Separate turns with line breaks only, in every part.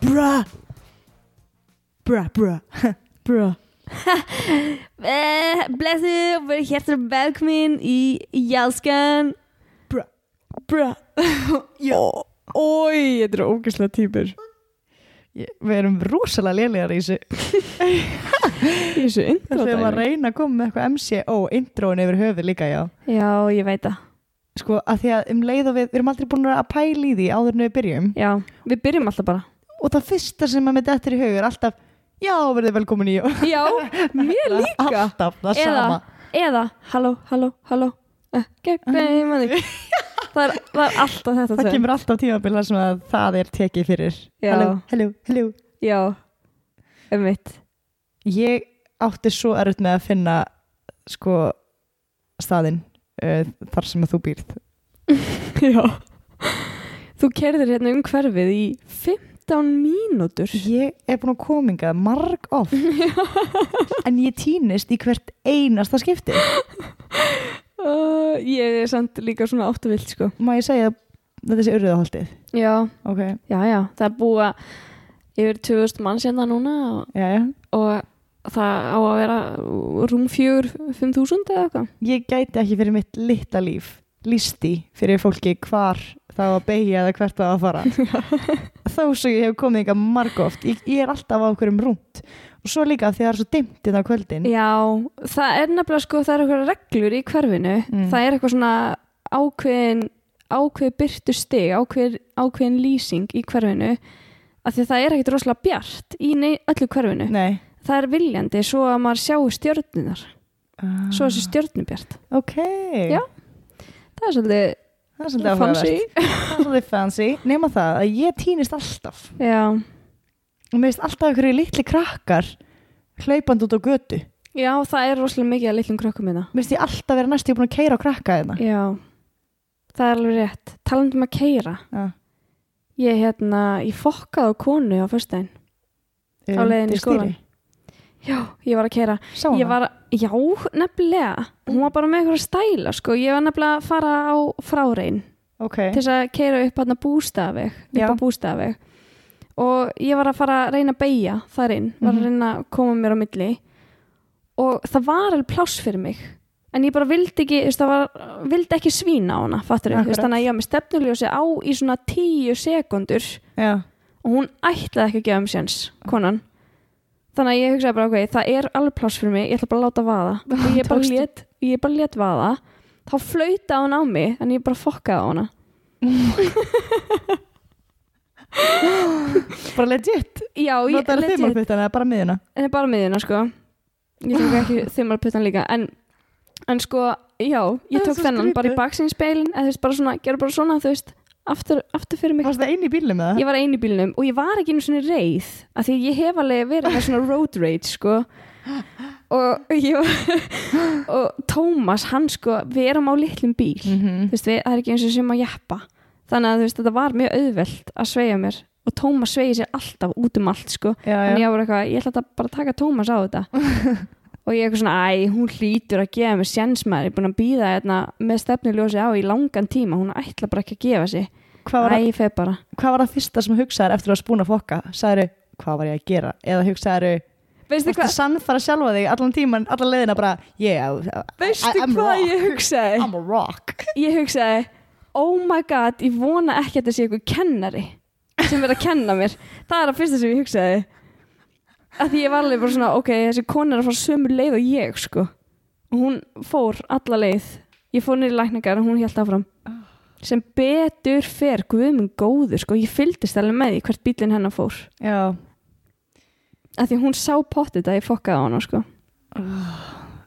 bruh bruh bruh bruh
Eh, blessuð, verið hjertelig velkomin í Jælskan
bruh já
Ói, þetta eru ógæslega týpur Ég- Við erum rosalega lélegar í þessu
í þessu
Við
intro
erum að
dæmi.
reyna að koma með eitthvað MCO Introin yfir höfuð líka, já
Já, ég veit það
Sko, að því að um leið og við, við erum aldrei búin að pæla í því áður en við byrjum
Já, við byrjum alltaf bara
Og það fyrsta sem að mitt eftir í hug er alltaf Já, verðið velkomin í
Já, mér líka
Alltaf, það
Eða-
sama
Eða, halló, halló, halló Eh, Gegn Það er það er alltaf þetta
Það
tvö.
kemur alltaf tímabil þar sem að það er tekið fyrir
Já.
Halló, halló, halló
Já, um mitt
Ég átti svo erut með að finna sko staðinn uh, þar sem að þú býrð
Já Þú kerðir hérna um hverfið í 15 mínútur
Ég er búin að kominga marg of en ég týnist í hvert einasta skipti
uh, Ég er samt líka svona áttavill sko
Má ég segja að þetta sé urðaholtið
Já,
Ok,
já, já, það er búa yfir 2000 manns hérna núna og,
já, já
og það á að vera rúm 4-5000 eða eitthvað
Ég gæti ekki fyrir mitt litla líf listi fyrir fólki hvar það á að beigja eða hvert það á að fara þó svo ég hef komið ykkar marg oft ég, ég er alltaf á okkurum rúnt og svo líka því það er svo dimmt innan kvöldin
Já, það er nefnilega sko, það eru eitthvað reglur í hverfinu,
Mm.
það er eitthvað svona ákveðin, ákveð byrtu stig, ákveð, ákveðin lýsing í hverfinu, af því að það er ekkit rosalega bjart í nei, öllu hverfinu.
Nei
Það er viljandi svo að maður sjáu stjörnunar, svo
Ah.
þessi stjörnubjart.
Ok,
Já, Það er svolítið
það er svolítið áhugavert
fancy.
Það er svolítið fancy, nema það að ég týnist alltaf
Já,
og mér finnst alltaf einhverju litli krakkar hlaupandi út á götu
já, það er rosalega mikið að litlum krökkum hérna. minna.
mér finnst ég alltaf vera næstu búin að keira á krakka hérna. þeirna
Já, það er alveg rétt. Talandi um að keira,
ja.
ég hérna, ég fokkaði á konu á föstudaginn. Á leiðinni í skólann. Já, ég var að keira
Sá hana?
Ég var, já, nefnilega hún var bara með einhverja stæla, sko ég var nefnilega að fara á frárein
Ok,
til þess að keira upp hann að bústafeg
Já.
upp á bústafeg og ég var að fara að reyna að beigja þar inn var að
Mhm.
reyna að koma mér á milli og það var alveg pláss fyrir mig en ég bara vildi ekki þú veist, það var, vildi ekki svína á hana fattur
Akkurat.
þannig að ég var með stefnuljósi á í svona tíu sekundur
já
og hún ætlaði ekki að gefa um séns,
Ah.
konan þannig að ég hugsaði bara, ok, það er alveg pláss fyrir mig, ég ætla bara að láta vaða og ég bara
Tókstu.
lét, ég bara lét vaða þá flauta hún á mig, en ég bara fokkaði á hana
Bara legit,
já, ég
notar
lét
þið
ég,
mál þetta bara miðina
en það er bara miðina, sko ég tók ekki þimmalputtan líka en, en sko, já,
Það
ég
er
tók
svo
þennan bara í
skrítið.
baksinspeilin, eða þú veist, bara svona, gera bara svona, þú veist aftur, aftur fyrir mig
Varst það einu í bílum með það?
ég var einu í bílnum og ég var ekki einu svona reið af því að ég hef alveg verið með svona road rage sko og, ég var, og Tómas hann sko, við erum á litlum bíl
Mm
þú veist, við, það er ekki eins og sem að jeppa þannig að þú veist, þetta var mjög auðvelt að sveigja mér og Tómas sveigja sér alltaf út um allt sko
Já,
en
já,
ég var eitthvað, ég ætla þetta bara að taka Tómas á þetta og ég eitthvað svona, æ, hún hlýtur að gefa mér séns maður, ég er búin að býða hérna, með stefnuljósi á í langan tíma hún ætla bara ekki að gefa sig,
hvað, var
æ,
að,
ég feg bara
hvað var það fyrsta sem hugsaðir eftir að spúna fokka? Sæðir, hvað var ég að gera? Eða hugsaðir,
veistu
varstu
hvað,
sannfara sjálfa þig allan tíman, allan leiðina bara Yeah, I- I-
Veistu
I'm
hvað
rock.
ég hugsaði?
I'm a rock
Ég hugsaði, oh my god, ég vona ekki að þetta sé eitthvað kennari sem er að kenna mér. Það er að fyrsta sem ég hugsaði. Að því ég var alveg bara svona, ok, þessi kona er að fara sömu leið og ég, sko. Og hún fór alla leið. Ég fór niður í lækningar og hún held áfram. Sem betur fer, guðminn góður, sko. Ég fylgdist alveg með því hvert bílinn hennar fór.
Já,
Að því hún sá pottið að ég fokkaði á hana, sko.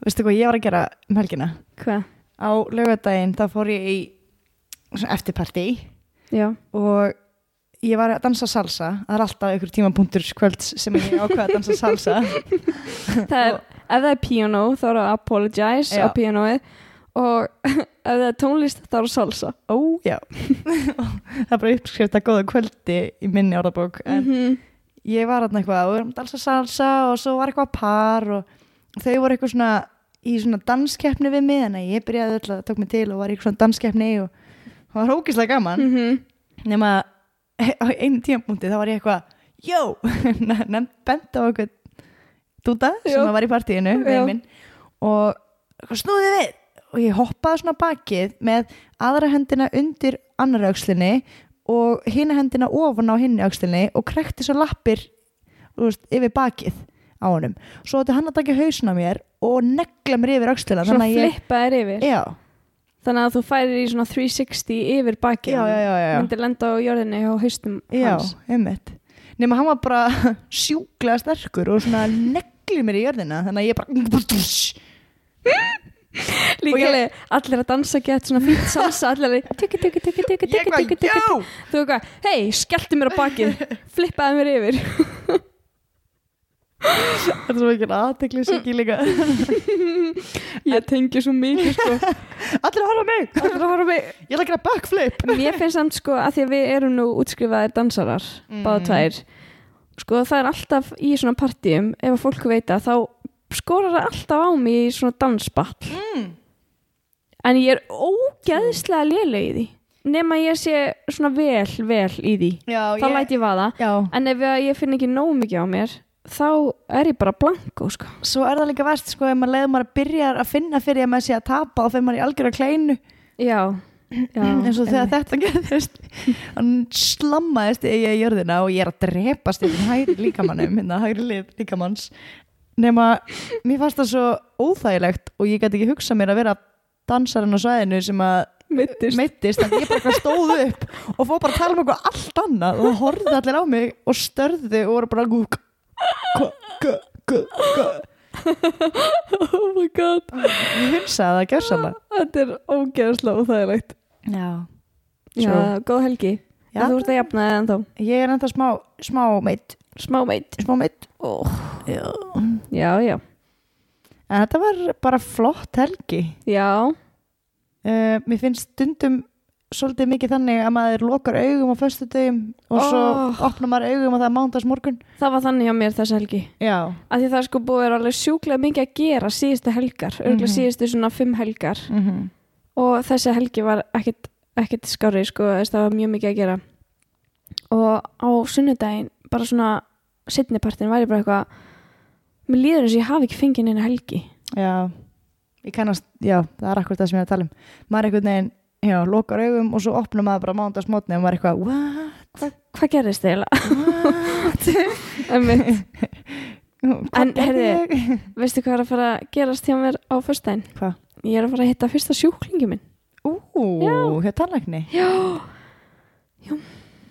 veistu hvað ég var að gera um helgina?
Hvað?
Á laugardaginn þá fór ég í svona eftirparti
Já.
og ég var að dansa salsa það er alltaf einhver tímapunktur kvölds sem ég ákvað að dansa salsa
það er, ef það er piano þá er það apologize
Já.
á pianoið og ef það er tónlist þá er það salsa
Ó, já Það er bara uppskrift að góða kvöldi í minni orðabók en
Mhm.
ég var þarna eitthvað og við erum að dansa salsa og svo var eitthvað par og þau voru eitthvað svona í svona danskeppni við mig þannig að ég byrjaði öll að tók mig til og var í eitthvað svona danskeppni og það var hókislega gaman
Mhm.
nema að á einu tímapunkti þá var ég eitthvað Jó, nefn bent á okkur dúta sem
Já.
að var í partíinu
Já.
minn, og eitthvað, snúðu við og ég hoppaði svona á bakið með aðra hendina undir annara aukslinni og hina hendina ofan á hinni aukslinni og krekti svo lappir þú veist, yfir bakið á honum svo átti hann að taka hausina mér og negla mér yfir aukslina
Svo
að ég
flippa þér yfir
já,
Þannig að þú færir í svona 360 yfir bakið
já, já, já, já.
Myndi lenda á jörðinni hjá haustum
Já,
hans
einmitt nema hann var bara sjúklega sterkur og svona neglir mér í jörðina þannig að ég bara Og
Líka
ég-
alveg allir að dansa gett svona fýtt salsa Allir að tiki tiki tiki tiki tiki
Ég
tiki
bara,
tiki tiki
já
Þú veist hvað, hei, skellti mér á bakið Flippaði mér yfir
Það er svo ekki aðtekli sikki líka
Ég tengi svo mikið sko
Allir að horfa á mig,
Allir að horfa mig
ég ætla að gera backflip
Mér finnst samt sko að því að við erum nú útskrifaðir dansarar
Mm.
Báða tvær Sko það er alltaf í svona partíum Ef að fólk veit að þá skorar það alltaf á mig í svona dansball
mm.
En ég er ógeðslega léleg í því Nefn að ég sé svona vel, vel í því
Já,
Þá
ég
læt ég vaða
Já,
En ef að ég finn ekki nóg mikið á mér Þá er ég bara blanko sko
svo er það líka verst sko ef maður leiður maður að byrja að finna fyrir að maður sé að tapa og fyrir maður í algjör að kleinu
Já, já
eins og þegar
einmitt.
þetta gerðist hann slammaðist í í jörðina og ég er að drepast yfir hægri líkamannum hérna hægri lið líkamanns nema mér fannst það svo óþægilegt og ég gæti ekki hugsað mér að vera dansarinn á svæðinu sem að
Meiddist.
meittist en ég bara eitthvað stóð upp og fór bara að tala um eitthvað allt annað og það horfði allir á mig og störði og voru bara gúk gúk, gúk, gúk, gúk
Oh my god
ég hunsaði það gjörsamlega
Þetta er ógeðslega óþægilegt
já,
Já,
True.
góð helgi
já.
Þú ert að jafna það ennþá
ég er enda smá, smá meitt
Smá meitt
smá meitt
oh.
já
Já, já
En þetta var bara flott helgi.
Já,
Uh, mér finnst stundum svolítið mikið þannig að maður lokar augum á föstu dögum og svo
Oh.
opnar maður augum og það er mándags morgun.
það var þannig hjá mér þessa helgi
Já.
að Því það er sko búið er alveg sjúklega mikið að gera síðustu helgar Örgulega
Mhm.
síðustu svona fimm helgar
Mm
Og þessi helgi var ekkit, ekkit skári sko þess Það var mjög mikið að gera Og á sunnudaginn bara svona setnipartin var ég bara eitthvað Mér líður eins og ég hafi ekki fengið neina helgi
Já. Ég kannast, já, það er akkur það sem ég er að tala um. Maður einhvern veginn, já, lokar augum og svo opnar maður bara mándags morgun og maður er eitthvað, what?
Hvað gerðist þið eiginlega? Einmitt.
Hvað
En,
gerði
heyrðu,
ég?
Veistu hvað er að fara að gerast hjá mér á föstudaginn?
Hvað?
Ég er að fara að hitta fyrsta sjúklingi minn.
Ú,
Já.
hjá tannlækni.
Já.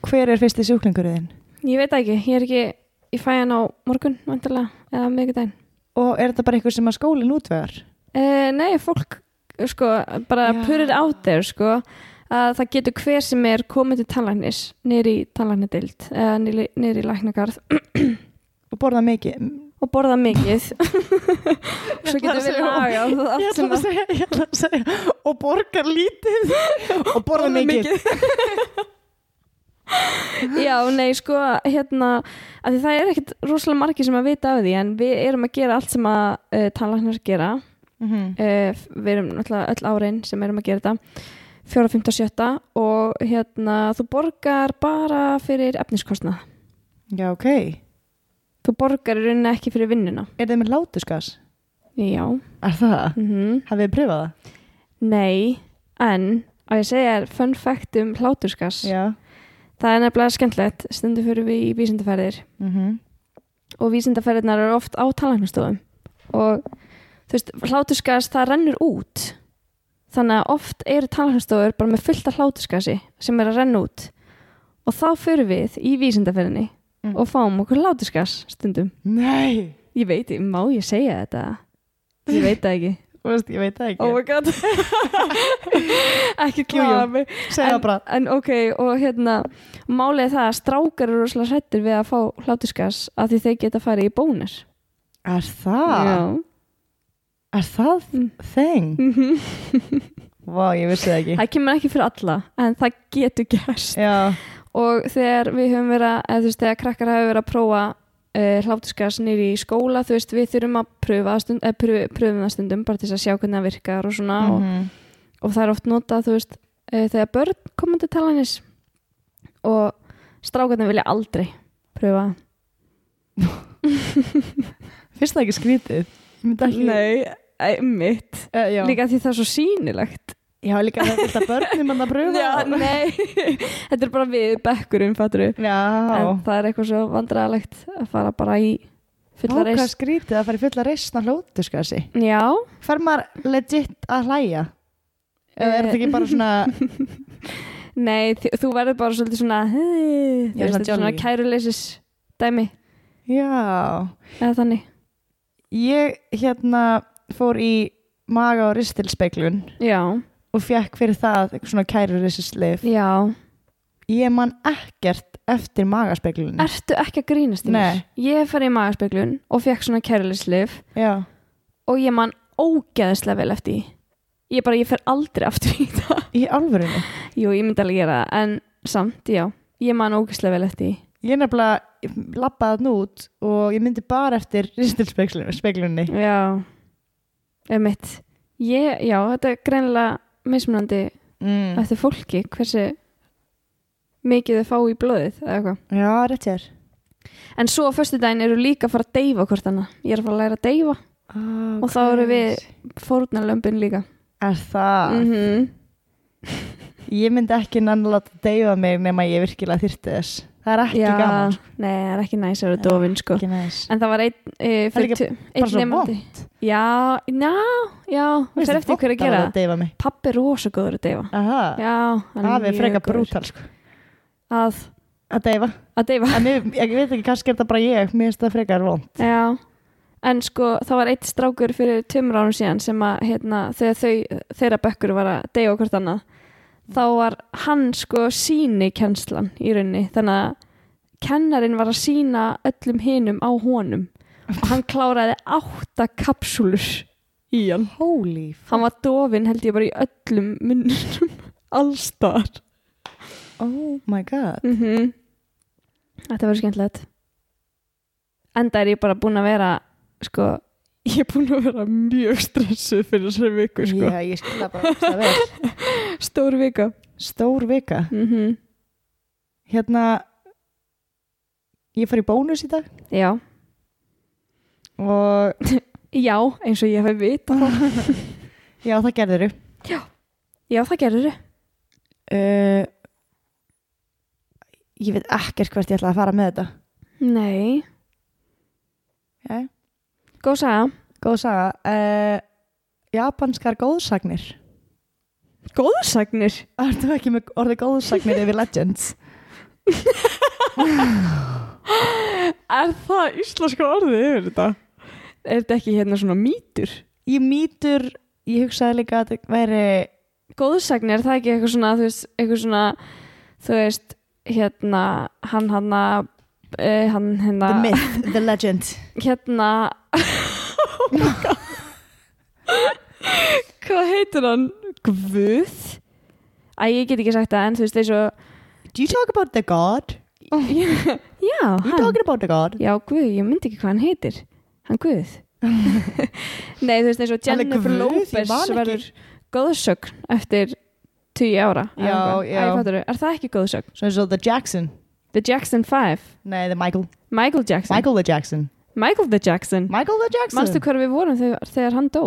Hver er fyrsti sjúklingurðin?
Ég veit það ekki, ég er ekki, ég fæ hann á morgun, vantilega, eða miðvikudaginn.
Og er þetta bara einhver sem að skólinn útvegar?
Uh, nei, fólk, sko, bara
Já.
put it out there, sko, að það getur hver sem er komið til tannlæknis, niður í tannlæknadild, eða niður í- niður í læknagarð
Og borða mikið, Mm,
og borða mikið. Svo getur við lagað það
Ég
allt
ætla
sem
að
að...
segja, ég ætla að segja og borgar lítið og borða mikið
Já, nei, sko, hérna að því það er ekkit rosalega margir sem að vita af því en við erum að gera allt sem að uh, tannlæknar gera
Mhm.
uh, við erum náttúrulega öll árin sem erum að gera þetta 4, 5, 7 og hérna, þú borgar bara fyrir efniskostnað
Já, ok
þú borgar í rauninni ekki fyrir vinnuna
Er þið með látusgas?
já,
Er það?
mhm
Hafið þið pröfað það?
nei, en að ég segja er fun fact um hláturskas
Já
það er nefnilega skemmtlegt stundu fyrir við í vísindaferðir
Mhm.
og vísindaferðirnar eru oft á talangnastofum og þú veist, hláturskas það rennur út þannig að oft eru talangnastofur bara með fullt af hláturskasi sem er að renna út og þá förum við í vísindaferðinni
Mm.
og fáum okkur hláturskas stundum
Nei
ég veit, má ég segja þetta? ég veit það ekki
Þú veist, ég veit það ekki
Oh my god ekki
Jú, jú.
kláða mig
Segja
en-
bara
en ok, og hérna málið er það að strákar eru rosalega hrættir við að fá hláturskas að því þeir geta farið í bónus
Er
Ah.
það? Er það
Mm.
þeng?
Mhm.
Vá, ég vissi það ekki
það kemur ekki fyrir alla en það getur gerst
Já
og þegar við höfum verið að eða þú veist, þegar krakkar hafa verið að prófa uh, hlátusgas nýri í skóla, þú veist, við þurfum að pröfa að stund, eh, pröf, pröfum það stundum bara til þess að sjá hvernig það virkar og svona
Mhm.
og, og það er oft notað, þú veist, eh, uh, þegar börn koma til talanis og strákarnir vilja aldrei pröfa
Fyrst það ekki skrítið Ég myndi ekki
Nei, mitt
Eh, já.
Líka því það er svo sýnilegt
já, líka það er þetta börnum að pröfa
Já, nei Þetta er bara við bekkurinn, fattur við
já.
En það er eitthvað svo vandræðalegt að fara bara í fulla
Vá, hvað
reist
skrítið að fara í fulla reisna hlótu sko þessi.
Já,
Fær maður legit að hlæja? Eða er þetta ekki bara svona
Eh, nei, þi- þú verður bara svolítið svona hey,
Já, svona
Þetta er svona
jolly.
kæruleysis dæmi
Já,
eða þannig
ég hérna fór í maga og ristilspeglun
Já,
og fekk fyrir það eitthvað svona kæru ristilslif
já
Ég man ekkert eftir magaspeglun
Ertu ekki að grínast í mér?
Nei.
Ég fer í magaspeglun og fekk svona kærleysliv
Já,
og ég man ógeðslega vel eftir því. Ég bara, ég fer aldrei aftur í það.
í alvörinu
Jú, ég myndi alveg gera það, en samt, já. Ég man ógeðslega vel eftir því.
Ég nefnilega labbaði þann út og ég myndi bara eftir ristilspeglunni
Já. Eða mitt. Ég, já, þetta er greinilega mismunandi
mm.
eftir fólki, hversu mikið þau fá í blóðið eða eitthvað.
Já, rétt hér
En svo á föstudaginn eru líka að fara að deyfa hvort annað. Ég er að fara að læra að deyfa
oh,
og þá eru við fórnarlömbin líka.
Er það?
Mm
Ég myndi ekki nann láta deyfa mig nema ég virkilega þyrti þess. Það er ekki gaman. sko.
Nei, það er ekki næs að vera
Nei,
dofin sko.
Ekki næs.
En það var einn uh,
Það er líka Bara svo vond.
Já, já, já
Mér
Það
finnst
fer eftir hverju að
vont
gera
vera að deyfa mig.
Pappi er rosa góður að deyfa
Aha.
Já, hann
Það er
mjög
freka
góður
brútal sko.
Að,
Að deyfa.
að deyfa
En mér, ég veit ekki kannski er þetta bara ég. Mér finnst það freka vond.
Já En sko, það var eitt strákur fyrir tömur árum síðan sem að, hérna, þegar þau, þeirra bekkur var að deyja og hvort annað þá var hann sko síni kennslan í rauninni þannig að kennarin var að sína öllum hinum á honum og hann kláraði átta kapsúlur í hann
Holy
hann var dofin held ég bara í öllum munnum allstar
Oh my god.
mm þetta verður skemmtilegt enda er ég bara búin að vera sko, ég er búin að vera mjög stressuð fyrir þessari viku sko.
Já, ég skilja bara það vel.
stór vika Mhm.
Stór vika. Hérna, ég fór í bónus í dag
já.
og
já, eins og ég hef vita
já, það gerðir upp.
já, það gerir þau
Uh, ég veit ekkert hvert ég ætla að fara með þetta.
nei,
Jæja.
góð saga
Góð saga. Uh, japanskar góðsagnir.
góðsagnir
Ertu ekki með orðið góðsagnir yfir Legends?
er það íslenska orðið yfir þetta? er þetta ekki hérna svona mýtur?
Ég mýtur, ég hugsaði líka að það væri...
góðsagnir, það er ekki eitthvað svona þú veist, eitthvað svona þú veist, hérna hann hanna uh, hann hérna
The myth, the legend.
hérna Oh my God. hvað heitir hann? Guð? Æ, ég get ekki sagt það en þú veist, þessu
Do you talk about the god?
já,
You
hann,
talking about the god?
já, Guð, ég myndi ekki hvað hann heitir hann Guð nei, þú veist, þessu
Hann er Guð,
Jennifer
ég
Lopez
man ekki.
verður góðsögn eftir 10 ára eða
Já,
eitthvað.
já.
Æ, fattarðu, er það ekki góðsögn?
Svo eins og the Jackson.
The Jackson 5
Nei, the Michael.
Michael Jackson
Michael
Michael,
the Jackson.
the Jackson
Michael the Jackson.
Manstu hvar við vorum þegar, þegar hann dó?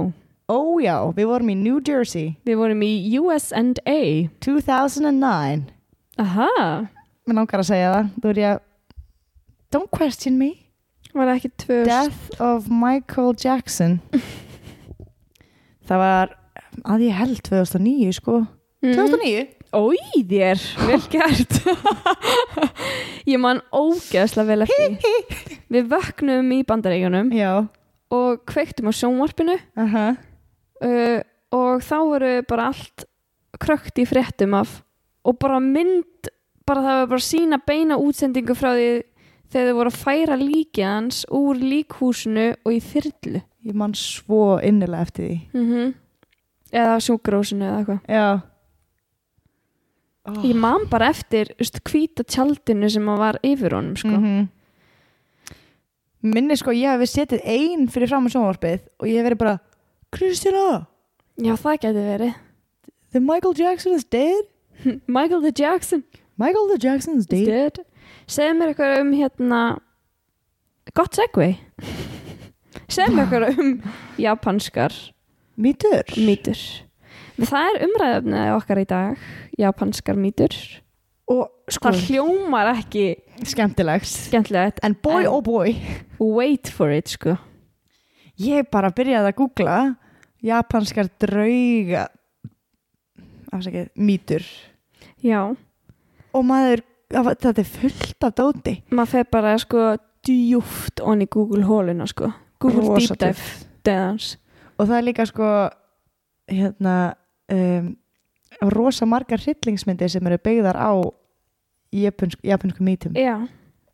Ó já, við vorum í New Jersey.
Við vorum í US&A
2009.
Aha,
Mér langar að segja það. Þú er ég að... Don't question me.
var það ekki tvö
Death of Michael Jackson Það var að ég held 2009 sko 2009?
Ói þér, Mm. vel gert Ég man ógeðslega vel eftir því. Við vöknum í bandaríkjunum
Já
og kveiktum á sjónvarpinu
uh -huh.
uh, og þá voru bara allt krökt í fréttum af og bara mynd bara það var bara sína beina útsendingu frá því þegar þau voru að færa líkið hans úr líkhúsinu og í þyrlu
Ég man svo innilega eftir því
mm -hmm. eða sjúkrósinu eða eitthvað
Já oh.
ég man bara eftir veist, hvíta tjaldinu sem að var yfir honum sko.
-hmm. Minni sko ég hef setið ein fyrir fram á sjónvarpið og ég hef verið bara Kristina,
já það geti verið
the Michael Jackson is dead
Michael D. Jackson
Michael the Jackson is
is
dead
dead segðu mér eitthvað um hérna gott segvei segðu mér eitthvað um japanskar
Mýtur?
mýtur það er umræðöfnið okkar í dag japanskar mýtur
Og sko,
það hljómar ekki
skemmtilegt.
skemmtilegt
En boy
En-
oh boy,
wait for it sko
ég bara byrjaði að googla japanskar drauga, afsakið, mýtur.
já,
Og maður, það var- þetta er fullt af dóti.
maður fer bara sko djúft onni Google hóluna sko Google
Rosa
Deep Dive deðans
Og það er líka sko, hérna, um, rosa margar hryllingsmyndir sem eru byggðar á japansku, japansku mýtum.
já,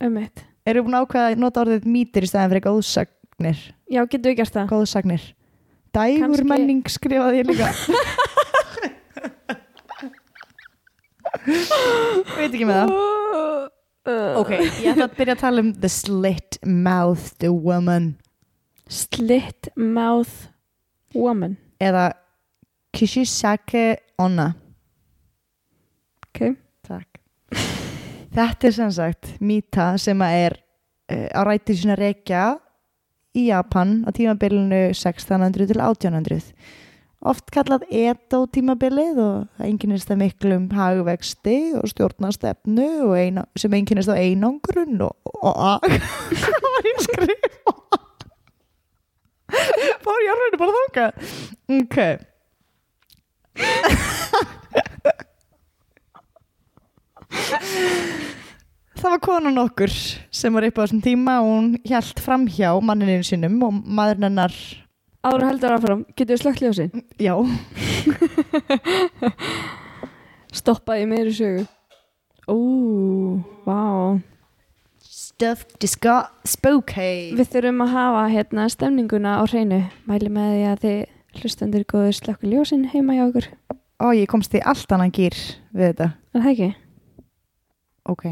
um eitt
Eru búin að ákveða að nota orðið mýtir í stæðan fyrir góðsagnir?
já, getur við gert það
Góðsagnir. Dægurmenning skrifaði ég líka. Veit ekki með það. Ok, ég ætla að byrja að tala um The Slit Mouthed Woman
Slit Mouth Woman
eða Kishisake Onna.
Ok.
Takk. Þetta er sem sagt mýta sem að er uh, á rættir sína rekja í Japan á tímabilinu 1600 til 1800. Oft kallað Edo tímabilið og það enginnist það miklu um hagvexti og stjórnastefnu og eina, sem enginnist á einangrun og, og, og hvað var ég að skrifa? Fór ég að rauninu bara þangað? Ok. Það var konan okkur sem var upp á þessum tíma og hún hjælt framhjá manninu sínum og maðurinn hennar,
Áður en heldur áfram, getur við slögt ljósin
já,
Stoppaði meiri sögu Ú, vá
stuffed disco, spooky.
Við þurfum að hafa hérna stemninguna á hreinu Mæli með því að þið hlustendur góður slökku ljósin heima hjá okkur
Ó, ég komst í allt annan gýr við þetta.
Er það ekki?
Ok.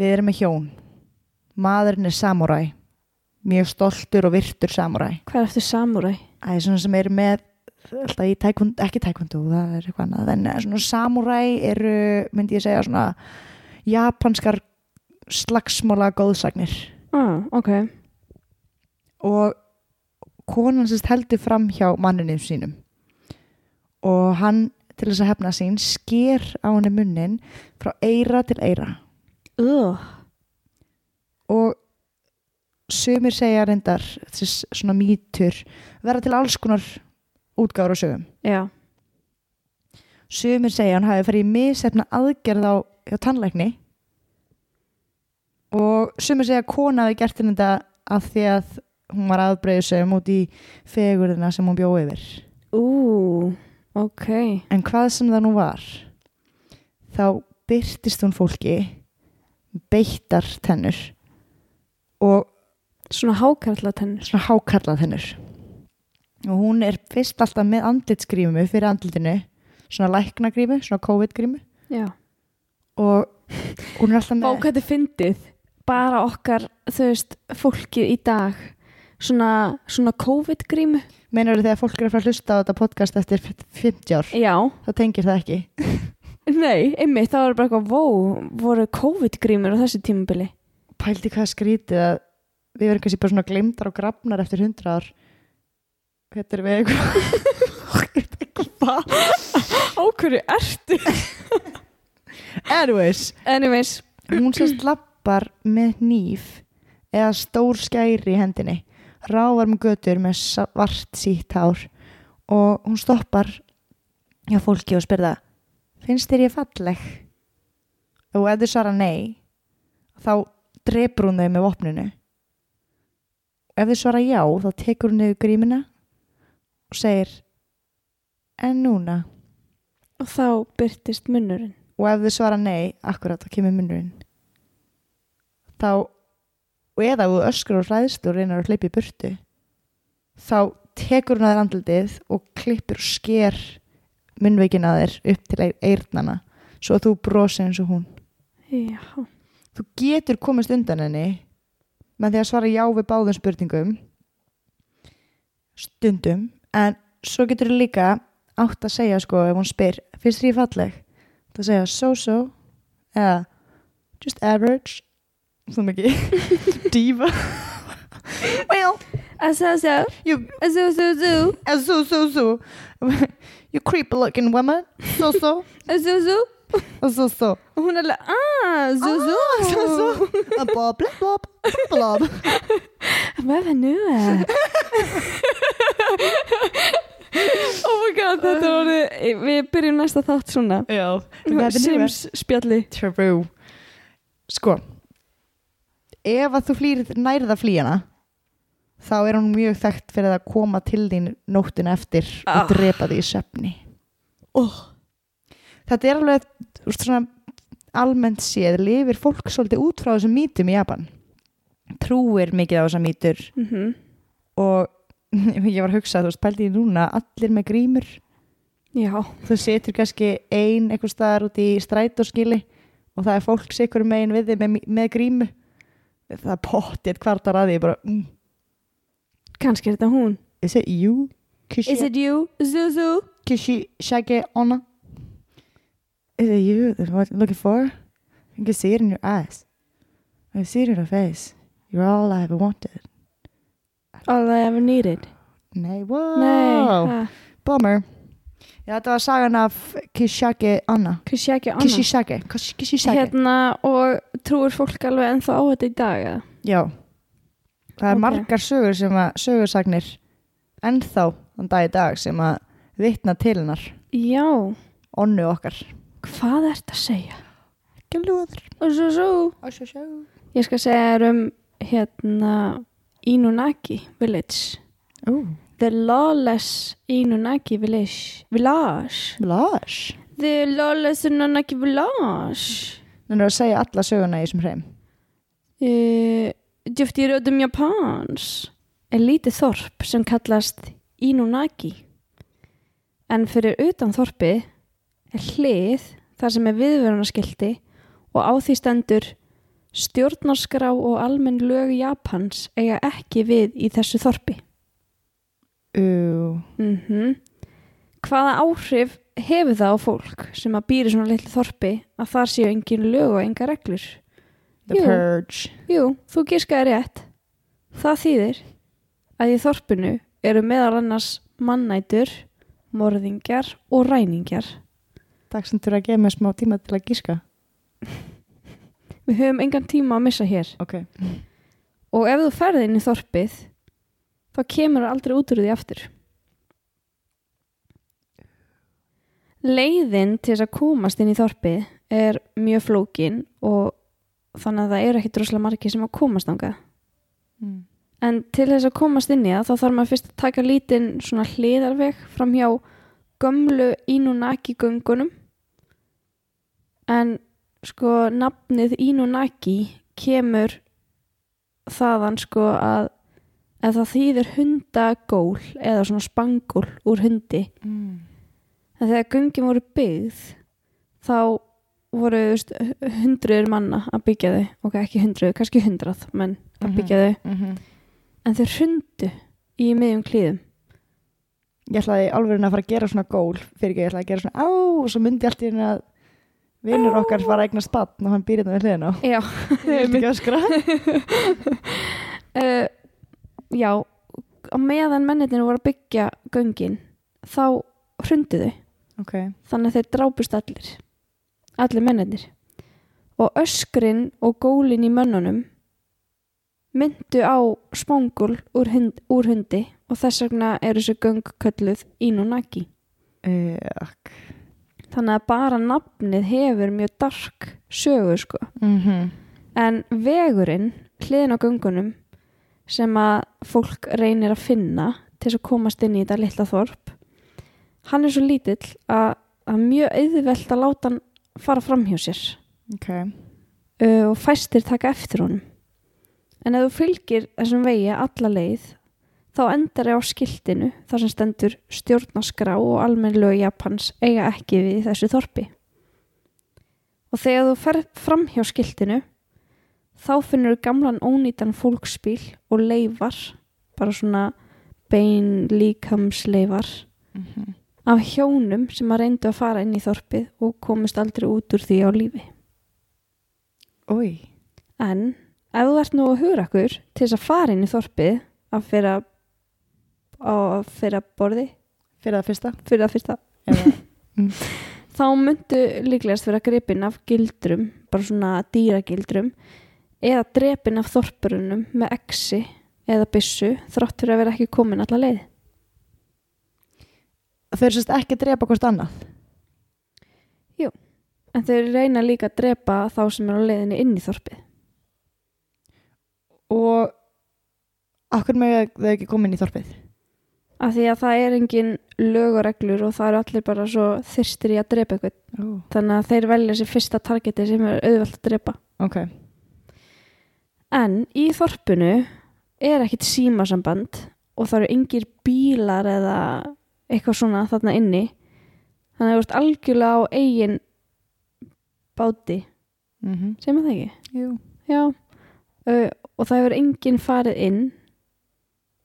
Við erum með hjón. Maðurinn er samuræ. Mjög stoltur og virtur samuræ.
Hvað er eftir samúræ?
Það er svona sem er með alltaf í tækund, ekki tækundu, það er eitthvað annað en eh, svona samuræ eru myndi ég segja svona japanskar slagsmála góðsagnir
Ah, ok
og konan sérst heldur fram hjá manninu sínum og hann til þess að hefna sín sker á henni munnin frá eira til eira
Ugh,
og sumir segja reyndar þessi svona mýtur vera til alls konar útgáru og sögum
já
Sumir segja hann hafi farið í misefna aðgerð á hjá tannlækni og sumir segja að kona hafi gert henni þetta af því að hún var aðbreyðisum út í fegurðina sem hún bjóð yfir.
Ú, ok
En hvað sem það nú var, þá byrtist hún fólki beittar tennur og
Svona hákarla tennur
svona hákarlað hennur og hún er fyrst alltaf með andlitsgrímu fyrir andlitinu, svona læknagrímu, svona COVID-grímu
Já
og hún er alltaf
Vá,
með
hvað þetta er fyndið bara okkar, þú veist, fólkið í dag svona, svona COVID-grímu
meinar þú þegar fólk er að fara að hlusta á þetta podcast eftir 50 ár
Já,
þá tengir það ekki
nei, einmitt, það var bara eitthvað vó, voru COVID-grímur á þessu tímabili
pældi hvað skrítið að við verðum kannski bara svona glemdar og grafnar eftir 100 ár þetta er við eitthvað
Á hverju ertu?
anyways,
Anyways,
hún sérst lappar með nýf eða stór skæri í hendinni rávar með götur með svart sítt hár og hún stoppar hjá fólki og spyrða finnst þér ég falleg? og ef þau svara nei þá drepur hún þau með vopninu ef þau svara já þá tekur hún niður grímina og segir en núna
og þá byrtist munnurinn
og ef þau svara nei, akkurat, þá kemur munnurinn þá og eða ef þú öskur og hræðst og reynar að hleypa í burtu þá tekur hún að þér andlitið og klippir og sker munnveikin að þér upp til eir- eyrnana svo að þú brosi eins og hún
Já,
þú getur komist undan henni með því að svara já við báðum spurningum stundum en svo getur þú líka átt að segja sko ef hún spyr finnst þér ég falleg þá segja so so eða just average svona ekki diva well
S-S-S-S
you
S-S-S-S
uh, so so so you creepy looking woman so so
S-S-S-S
so so
Og hún er alveg, aaa, zuzu
Ah, so so a blob blob blob blob
Hvað var nú? oh my god, þetta voru Við byrjum næsta þátt svona
já
Sims spjalli
True. Sko, ef að þú flýr nærða flýjana, þá er hún mjög þekkt fyrir að koma til þín nóttin eftir
Ah.
og drepa því í svefni.
Oh.
Þetta er alveg, þú veist, svona almennt séð, lifir fólk svolítið út frá þessum mítum í Japan. Trúir mikið á þessar mítur
Mhm.
og ég var að hugsa, þú veist, pældi ég núna allir með grímur
Já,
þú situr kannski ein eitthvað staðar út í strætóskili og það er fólk sikur megin við þig með, með grímu það er pottið kvartar að því bara, mm,
kannski er þetta hún
is it you?
Is
Kishi,
it you, zuzu?
kishi shage ona is it you that I'm looking for? I can see it in your eyes I can see it in your face you're all I ever wanted
All I ever needed Oh.
nei, wow
Nei, ha,
bummer Já, þetta var sagan af Kishage Anna
kannski ekki annað
Kishishage Kish- Kishishage
Hérna og trúir fólk alveg ennþá á þetta í dag eða?
Já, það er
Ok.
margar sögur sem að sögursagnir ennþá þann dag í dag sem að vitna til hennar,
Já,
onnu okkar.
hvað ert að segja?
Ekki lúður.
Zuzu Ég skal segja þér um hérna Inunaki Village
Ú,
The lawless Inunaki Village Village
blas.
The lawless Inunaki Village
Þannig að segja alla söguna í þessum hreim.
uh, Djúft í röðum Japans er lítið þorp sem kallast Inunaki en fyrir utan þorpi er hlið þar sem er viðvörunarskilti og á því stendur stjórnarskrá og almenn lög Japans eiga ekki við í þessu þorpi
Ú,
mm Hvaða áhrif hefur það á fólk sem að býri svona litlu þorpi að þar séu engin lög og enga reglur?
the
Jú.
purge.
Jú, þú gískaði rétt. Það þýðir að í þorpinu eru meðal annars mannætur, morðingjar og ræningjar.
Takk sem þú eru að gefa mér smá tíma til að gíska.
Við höfum engan tíma að missa hér
Ok.
og ef þú ferði inn í þorpið þá kemur það aldrei út úr því aftur. Leiðin til þess að komast inn í þorpið er mjög flókin og þannig að það eru ekki droslega margir sem að komast ánga.
Mm.
En til þess að komast inn í það þá þarf maður fyrst að taka lítinn svona hliðarveg fram hjá gömlu Inunaki göngunum. En sko nafnið Inunaki kemur þaðan sko að ef það þýðir hundagól eða svona spangól úr hundi.
Mm.
En þegar göngin voru byggð þá voru þú veist, hundruður manna að byggja þau. Ok, ekki hundruður, kannski hundrað, menn að
Mhm.
byggja þau
Mm
en þeir hrundu í miðjum klíðum.
Ég ætlaði alveg að fara að gera svona gól fyrir ekki, ég ætlaði að gera svona á og svo myndi allt í henni að vinnur
Á.
okkar var að eigna spatt og hann býr hérna við hliðina á.
Já,
Ég vil ekki öskra.
uh, já á meðan mennirnir voru að byggja göngin þá hrundu þau
Ok.
þannig að þeir drápust allir allir mennirnir og öskrin og gólin í mönnunum myndu á spangul úr, hund, úr hundi og þess vegna eru þessu göng kölluð Inunaki
Uh,
þannig að bara nafnið hefur mjög dark sögu sko
mm -hmm.
En vegurinn, hliðin á göngunum sem að fólk reynir að finna til þess að komast inn í þetta litla þorp hann er svo lítill að, að mjög auðvelt að láta hann fara fram hjá sér
Ok.
uh, og fæstir taka eftir honum en ef þú fylgir þessum vegi alla leið þá endar ég á skiltinu þar sem stendur stjórnaskrá og almennlög Japans eiga ekki við í þessu þorpi og þegar þú ferð fram hjá skiltinu þá finnur þú gamlan ónýtan fólksbíl og leifar bara svona bein líkamsleifar
Mm -hmm.
af hjónum sem að reyndu að fara inn í þorpið og komist aldrei út úr því á lífi
Úi,
En ef þú ert nú að hugra okkur til þess að fara inn í þorpið að fyrra á fyrra borði
fyrir það fyrsta
fyrir að fyrsta
eða,
þá myndu líklegast vera gripin af gildrum bara svona dýragildrum eða drepin af þorpurunum með exi eða byssu þrátt fyrir að vera ekki komin alla leið
Þau eru sérst ekki að drepa hvort annað
en þau reyna líka að drepa þá sem eru á leiðinni inn í þorpið
og okkur með þau ekki komin í þorpið
af því að það er engin lög og reglur og það eru allir bara svo þyrstir í að drepa eitthvað
Ó,
þannig að þeir velja sér fyrsta targeti sem er auðvelt að drepa
Ok,
en í þorpinu er ekkit símasamband og það eru engir bílar eða eitthvað svona þarna inni þannig að þú ert algjörlega á eigin báti
mm
sem er það ekki?
jú
Já uh, og það hefur enginn farið inn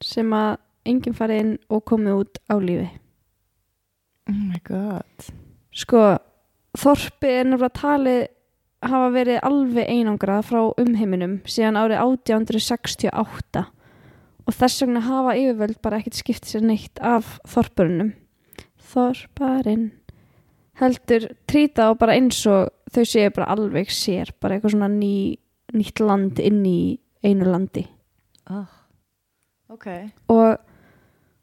sem að enginn farið inn og komið út á lífi
Oh my god
sko þorpið er nefnilega talið hafa verið alveg einangrað frá umheiminum síðan árið 1868 og þess vegna hafa yfirvöld bara ekkert skipt sér neitt af þorpurunum þorparinn heldur trýta og bara eins og þau séu bara alveg sér bara eitthvað svona ný, nýtt land inn í einu landi
oh. Ok
og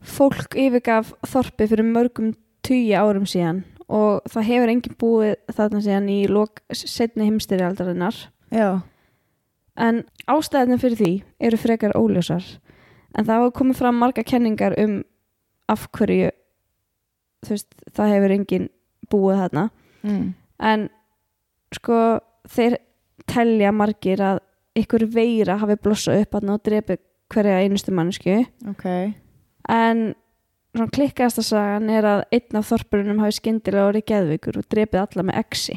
fólk yfirgaf þorpið fyrir mörgum tugi árum síðan og það hefur enginn búið þarna síðan í lok setni heimstyrjaldarinnar
Já,
en ástæðinu fyrir því eru frekar óljósar en það hafa komið fram marga kenningar um af hverju þú veist, það hefur enginn búið þarna
mm.
en sko þeir telja margir að ykkur veira hafi blossað upp þarna og drepið hverja einustu mannsku
ok
en svona klikkaðasta sagan er að einn af þorpurunum hafi skyndilega orðið geðvikur og drepið alla með exi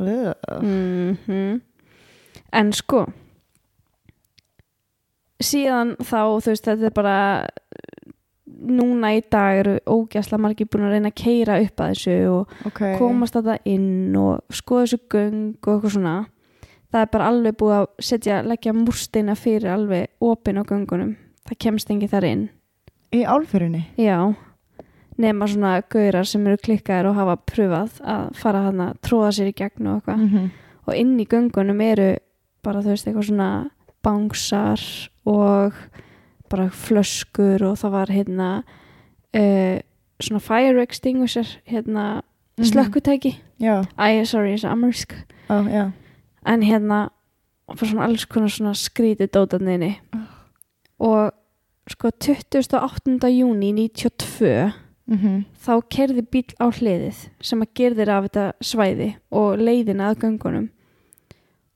Ugh.
-hmm. en sko síðan þá þú veist þetta er bara núna í dag eru ógæsla margir búin að reyna að keira upp að þessu og
Ok
komast þetta inn og skoða þessu göng og eitthvað svona það er bara alveg búið að setja leggja múrstina fyrir alveg opin á göngunum það kemst engi þar inn
Í álfyrinni
Já, nema svona gaurar sem eru klikkaðir og hafa pröfað að fara hann að tróða sér í gegn og eitthvað.
-hmm.
Og inn í göngunum eru bara, þú veist, eitthvað svona bangsar og bara flöskur og það var hérna uh, svona fire extinguisher, hérna
Mhm. Mm-hmm.
slökkutæki.
Já,
Æ, sorry, þessi amerísk.
á, já
En hérna, og bara svona alls konar svona skrítið dótaninni.
Ah.
Og sko 28. júni 92
mm
þá kerði bíl á hliðið sem að gerðir af þetta svæði og leiðina að göngunum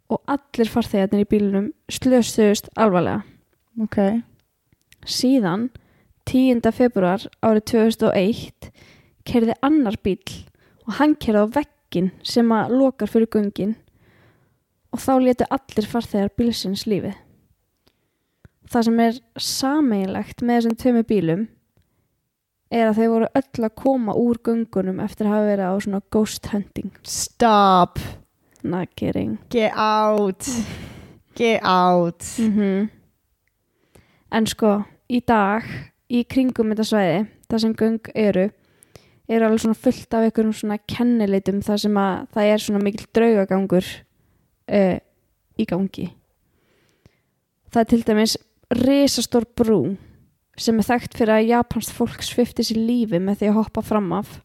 og allir farþegarnir í bílunum slösuðust alvarlega.
Ok
Síðan 10. februar árið 2001 kerði annar bíl og hann kerði á veggin sem að lokar fyrir göngin og þá letu allir farþegar bílsins lífið. Það sem er sameiginlegt með þessum tveimu bílum er að þau voru öll að koma úr göngunum eftir að hafa verið á svona ghost hunting.
Stop
Not kidding.
Get out Get out
Mhm. En sko, í dag, í kringum þetta svæði, það sem göng eru, eru alveg svona fullt af einhverjum svona kennileitum þar sem að það er svona mikill draugagangur uh, í gangi. Það er til dæmis risastór brú sem er þekkt fyrir að japanst fólk svifti sér lífi með því að hoppa fram af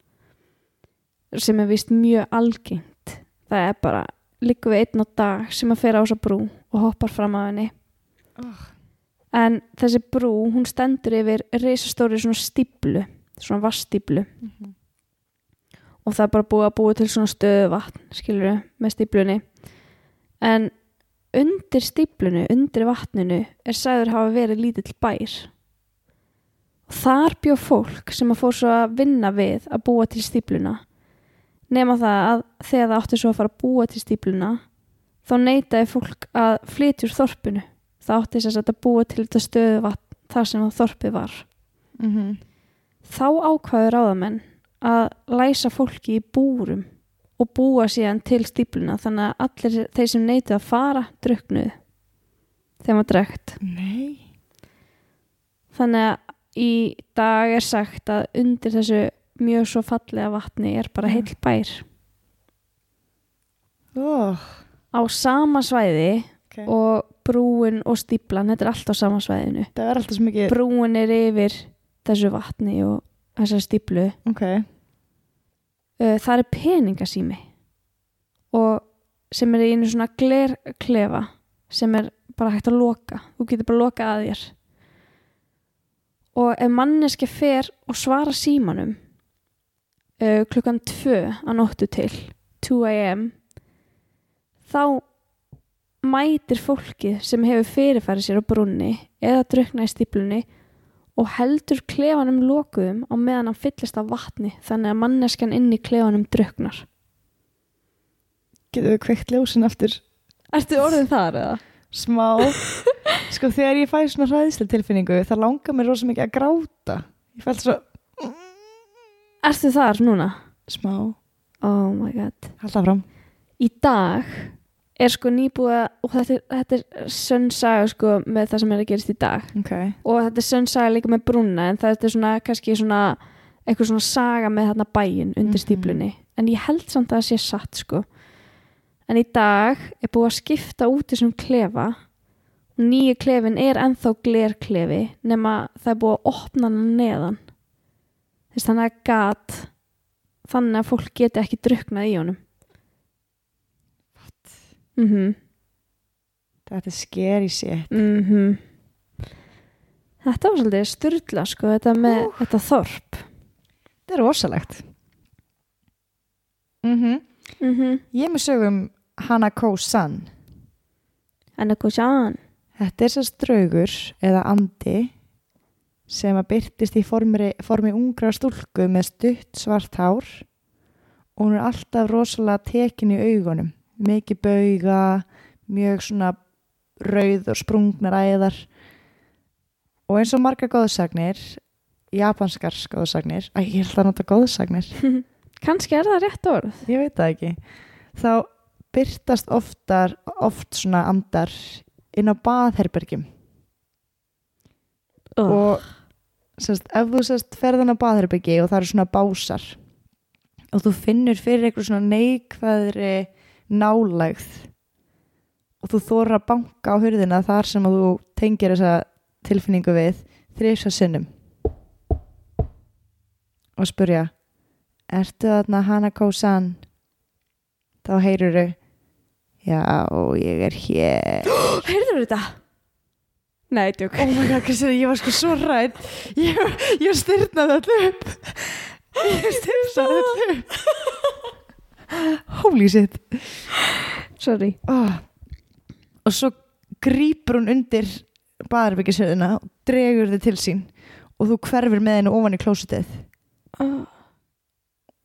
sem er vist mjög algengt. Það er bara líku við einn á dag sem að fyrir á þessa brú og hoppar fram af henni
oh.
en þessi brú hún stendur yfir risastóri svona stíplu svona vassstíplu
Mm-hmm.
og það er bara búið að búið til svona stöðu vatn skilur við, með stíplunni en undir stíplunu undir vatninu er sagður hafa verið lítill bær og þar bjó fólk sem að fór svo að vinna við að búa til stípluna nema það að þegar það átti svo að fara að búa til stípluna þá neytaði fólk að flytja úr þorpinu það átti sér að búa til þetta stöðu vatn þar sem að þorpið var
mm -hmm.
þá ákvaðu ráðamenn að læsa fólki í búrum og búa síðan til stípluna þannig að allir þeir sem neytu að fara druknuðu þegar maður drekt
Nei.
þannig að í dag er sagt að undir þessu mjög svo fallega vatni er bara heil bær
Oh,
á sama svæði
okay.
og brúin og stíplan þetta er allt á sama svæðinu
það er alltaf svo mikið
brúin er yfir þessu vatni og þessar stíplu
ok,
uh, það er peningasými og sem er í einu svona glerklefa sem er bara hægt að loka þú getur bara loka að þér og ef manneski fer og svara símanum uh, klukkan 2 að nóttu til 2 am þá mætir fólkið sem hefur fyrirfæri sér á brunni eða drukna í stíplunni og heldur klefanum lokuðum á meðan hann fyllist af vatni þannig að manneskjan inn í klefanum druknar.
getur við kveikt ljósin aftur
Ertu orðin þar eða?
smá sko þegar ég fæ svona hræðislega tilfinningu það langar mér rosa mikið að gráta ég fælt svo
Ertu þar núna?
smá,
Oh my god.
halda fram
Í dag er sko nýbúið að- og þetta er, þetta er sönn saga sko með það sem er að gerast í dag
ok,
og þetta er sönn saga líka með brúna en þetta er svona kannski svona eitthvað svona saga með þarna bæin undir
Mhm.
stíplunni en ég held samt að það sé satt sko en í dag er búið að skipta út þessum klefa og nýju klefin er ennþá glerklefi nema það er búið að opna hann neðan þess þannig að gat þannig að fólk geti ekki druknað í honum What? mhm
þetta er scary shit
mm
Mhm.
Þetta var svolítið styrla sko, þetta með þetta þorp
þetta er rosalegt mhm
mm -hmm.
Ég er með sögum Hanako-san.
En eitthvað sjáðan
Þetta er sérst draugur eða andi sem að byrtist í formri, formi ungra stúlku með stutt svart hár og hún er alltaf rosalega tekin í augunum. Mikið bauga, mjög svona rauð og sprungnar æðar og eins og margar góðsagnir, japanskar góðsagnir, æ, ég ætla að nota góðsagnir,
Kannski er það rétt orð
Ég veit það ekki. Þá byrtast oftar, oft svona andar inn á baðherbergjum
oh.
og sérst, ef þú sérst ferðan á baðherbyggi og það eru svona básar og þú finnur fyrir eitthvað svona neikvæðri nálægð og þú þóra að banka á hurðina þar sem að þú tengir þessa tilfinningu við þrýsa sinnum og spurja Ertu þarna Hanako-san? Þá heyruru Já, ég er hér
Heyrður þetta? Nei, djók
Oh my god, Kristina, ég var sko svo rætt Ég, ég styrnaði allu upp Ég styrnaði allu upp Holy shit
Sorry
oh. Og svo grípur hún undir baðarbyggisöðuna og dregur þið til sín og þú hverfur með henni ofan í klósitið Ah.
oh.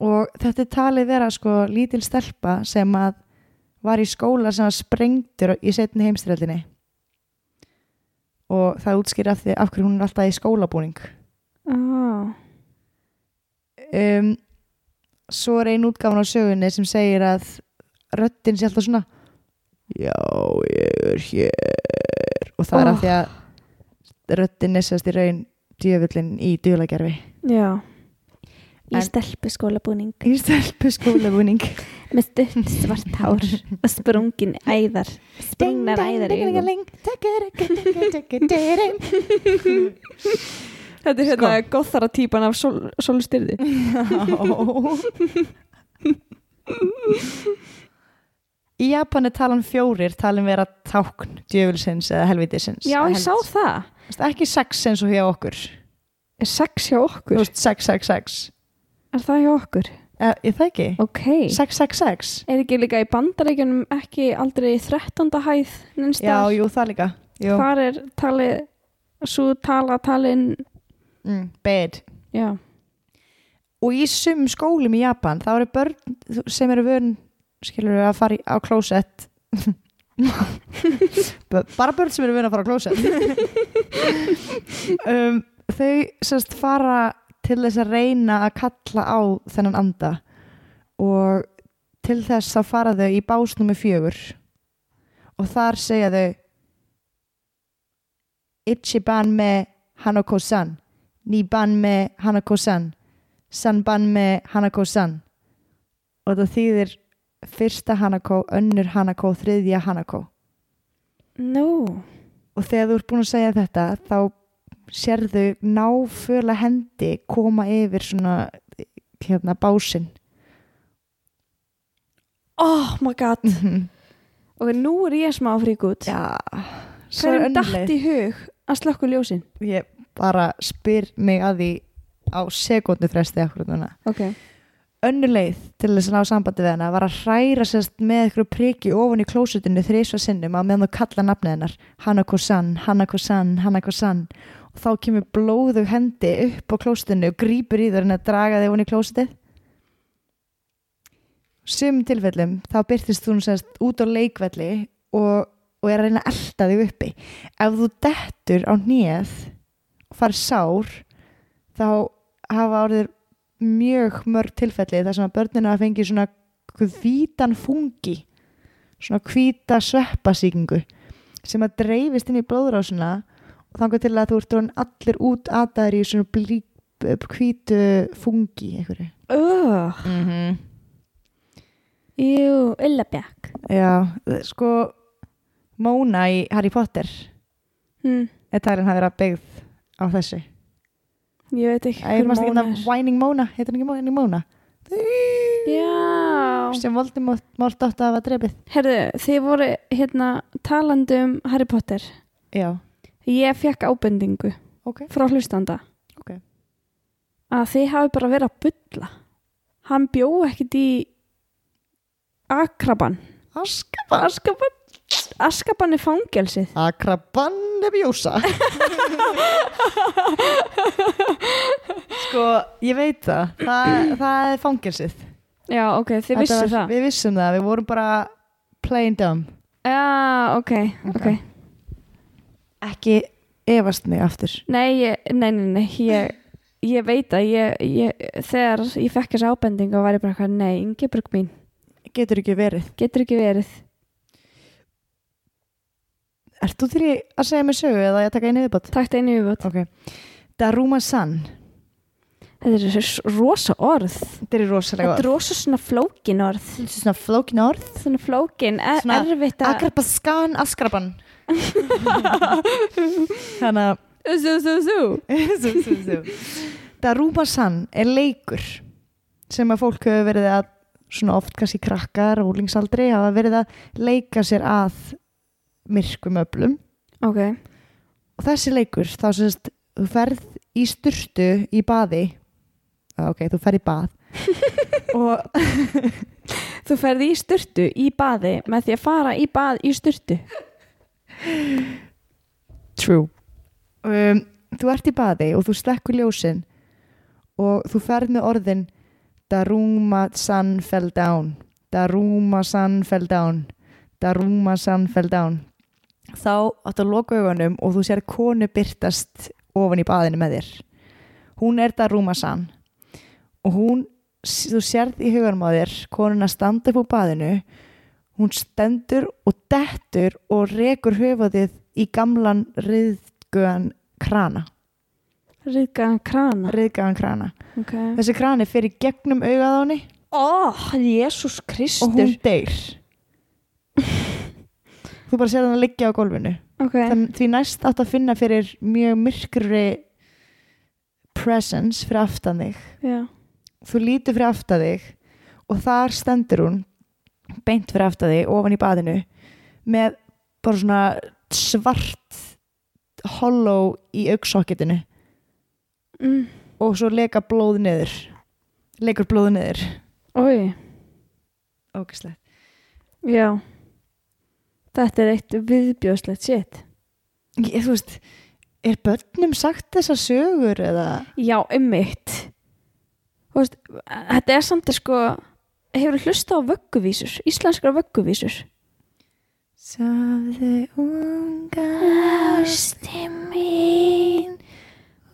og þetta er talið vera sko lítil stelpa sem að var í skóla sem var sprengtur í setni heimstyrjöldinni og það útskýr af því af hverju hún er alltaf í skólabúning
Oh.
um, svo er ein útgáfan á sögunni sem segir að röddinn sé alltaf svona já, ég er hér og það er
Oh.
af því að röddinn er sérst í raun djöfullin í djúlagerfi
Já Í
En-
stelpu skólabúning
í stelpu skólabúning
með stutt svart hár og sprungin æðar sprungnar æðar í augum
augum
Þetta er
hérna
góðþara típan af sol, solstyrði
Í Japan er talan fjórir talin vera tákn djöfulsins eða helvitisins
Já, ég
Helvítis.
sá það
Þú veist, ekki sex eins og hjá okkur
Er sex hjá
Þú
okkur?
veist, sex, sex, sex
Er það hjá okkur?
Eh, Ég það ekki?
Ok
Sex, sex, sex
Er ekki líka í bandarækjunum ekki aldrei í 13. hæð
Já,
nynstaðar?
jú, það líka jú.
Þar er talið, svo tala talin,
Mm, Bed
já.
Og í sum skólum í Japan þá eru börn sem eru vörn skilur við að fara í, á klósett B- bara börn sem eru vörn að fara á klósett um, þau sérst fara til þess að reyna að kalla á þennan anda og til þess þá fara þau í bás nummer fjögur og þar segja þau Ichiban me Hanako-san Niban me Hanako-san Sanban me Hanako-san og það þýðir fyrsta Hanako, önnur Hanako þriðja Hanako
No.
og þegar þú ert búin að segja þetta þá sérðu náföla hendi koma yfir svona hérna básinn
Oh my god. Ok, nú er ég smá frík út.
Já, svo er
Hverjum datt
önnulegt
í hug að slökku ljósin?
Ég bara spyr mig að því á sekundu fresti akkur núna
Ok.
Önnur leið til þess að ná sambandi við hana var að hræra sérst með ykkur priki ofan í klósutinu þrísva sinnum að meðan þú kalla nafnið hennar Hanako-san, Hanako-san, Hanako-san og þá kemur blóðu hendi upp á klósutinu og grýpur í þar en að draga þig ofan í klósutið Sum tilfellum þá byrtist þú sérst út á leikvelli og, og er að reyna að elta þig uppi ef þú dettur á hnið og fari sár þá hafa orðið mjög mörg tilfelli þar sem að börnina hafa fengið svona hvítan fungi svona hvíta sveppasíkingu sem að dreifist inn í blóðrásuna og þangar til að þú ert orðinn allir út aðdæður í svona blí, hvítu fungi einhverju
Ugh.
mm
Mhm.
-hmm.
Jú, illabjak.
Já, sko Móna í Harry Potter
Hm.
er talin hafi verið að byggð á þessu
Ég veit ekki
Æ,
hver
mannstu
Móna
ekki hérna Whining Móna, heitir hann ekki Móna? Móna?
Já.
sem Voldemort mort átt að hafa drefið
Herðu, þið voru hérna talandi um Harry Potter.
Já,
Ég fekk ábendingu
ok
frá hlustanda.
Ok.
Að þið hafi bara verið að bulla. Hann bjó ekkit í Akraban.
Askaban
Askaban? Askaban er fangelsið.
Akraban nebjósa Sko, ég veit það Það, það er fangilsið
Já, ok, þið vissu það.
Við vissum það, við vorum bara plain dumb
Já, ok, ok.
Ekki efast mig aftur
Nei, ég, nei, nei, nei, ég, ég veit að ég, ég, þegar ég fekk þessi ábendingu var ég bara eitthvað, nei, Ingeborg mín,
Getur ekki verið
getur ekki verið.
Ert þú til í að segja mér sögu eða að ég taka einu viðbót?
Takk það einu viðbót.
Ok Daruma San
Þetta er svo rosa orð.
Þetta er rosalega
Þetta er rosa svona flókin orð.
Þetta er svona flókin orð
Svona flókin, er,
Svona
erfitt að...
Akrabaskan Askraban Þannig að
Þú, þú, þú.
Sú, sú, sú. Darumasan er leikur sem að fólk hefur verið að svona oft kannski krakkar og úlingsaldri hafa verið að leika sér að myrkum öflum
Ok,
og þessi leikur þá sérst þú ferð í styrtu í baði Ah, ok, þú ferð í bað og
þú ferði í styrtu í baði með því að fara í bað í styrtu.
True um, Þú ert í baði og þú slekkur ljósin og þú ferð með orðin Daruma sun fell down Daruma sun fell down Daruma sun fell down Þá áttu að loka augunum og þú sér konu byrtast ofan í baðinu með þér Hún er Daruma sun og hún, þú sérð í huganum á þér konuna standa upp úr baðinu hún stendur og dettur og rekur höfðið í gamlan riðgöðan krana,
Ríðgaðan krana.
riðgöðan krana.
Ok.
Þessi krani fer í gegnum augað á henni
Ó, Jésús Kristur.
og hún deyr. Þú bara sér hann að liggja á gólfinu.
Ok,
Þann, því næst átt að finna fyrir mjög myrkri presence fyrir aftan þig.
já.
Þú lítur fyrir aftan þig og þar stendur hún beint fyrir aftan þig ofan í baðinu með bara svona svart hollow í augsokketinu
Mm.
og svo leka blóð niður lekur blóð niður
Ói.
Ókislega.
Já Þetta er eitt viðbjóðslegt shit
ég, þú veist, er börnum sagt þessar sögur eða
Já, ummitt Þú veist, e- þetta er samt að sko hefur hlusta á vögguvísur íslenskra vögguvísur
Sáðu unga
Ásti mín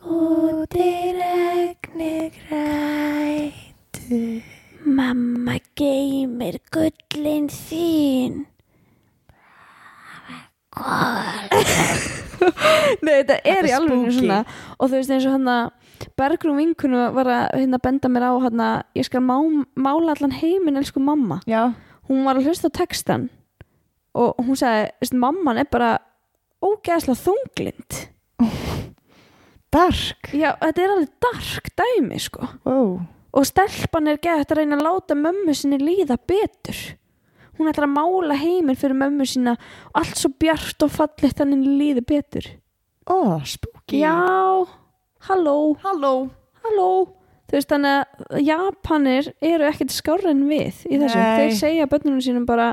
út í regni grætu
Mamma geymir Nei, þetta
Þetta
er í
er
alveg
spooky.
svona og þú veist eins og hann að Bergrún vinkunu var að hérna, benda mér á hann að ég skal má, mála allan heiminn elsku mamma.
já,
Hún var að hlusta á textan og hún sagði, veist, mamman er bara ógeðslega þunglind.
dark
Já, þetta er alveg dark dæmi, sko.
wow.
Og stelpan er geðt að reyna að láta mömmu sinni líða betur. Hún ætlar að mála heiminn fyrir mömmu sína og allt svo bjart og fallegt þannig henni líði betur.
oh, spooky
Já, halló,
halló
halló Þú veist þannig að Japanir eru ekkert skárri en við í þessu
Nei.
Þeir segja bönnunum sínum bara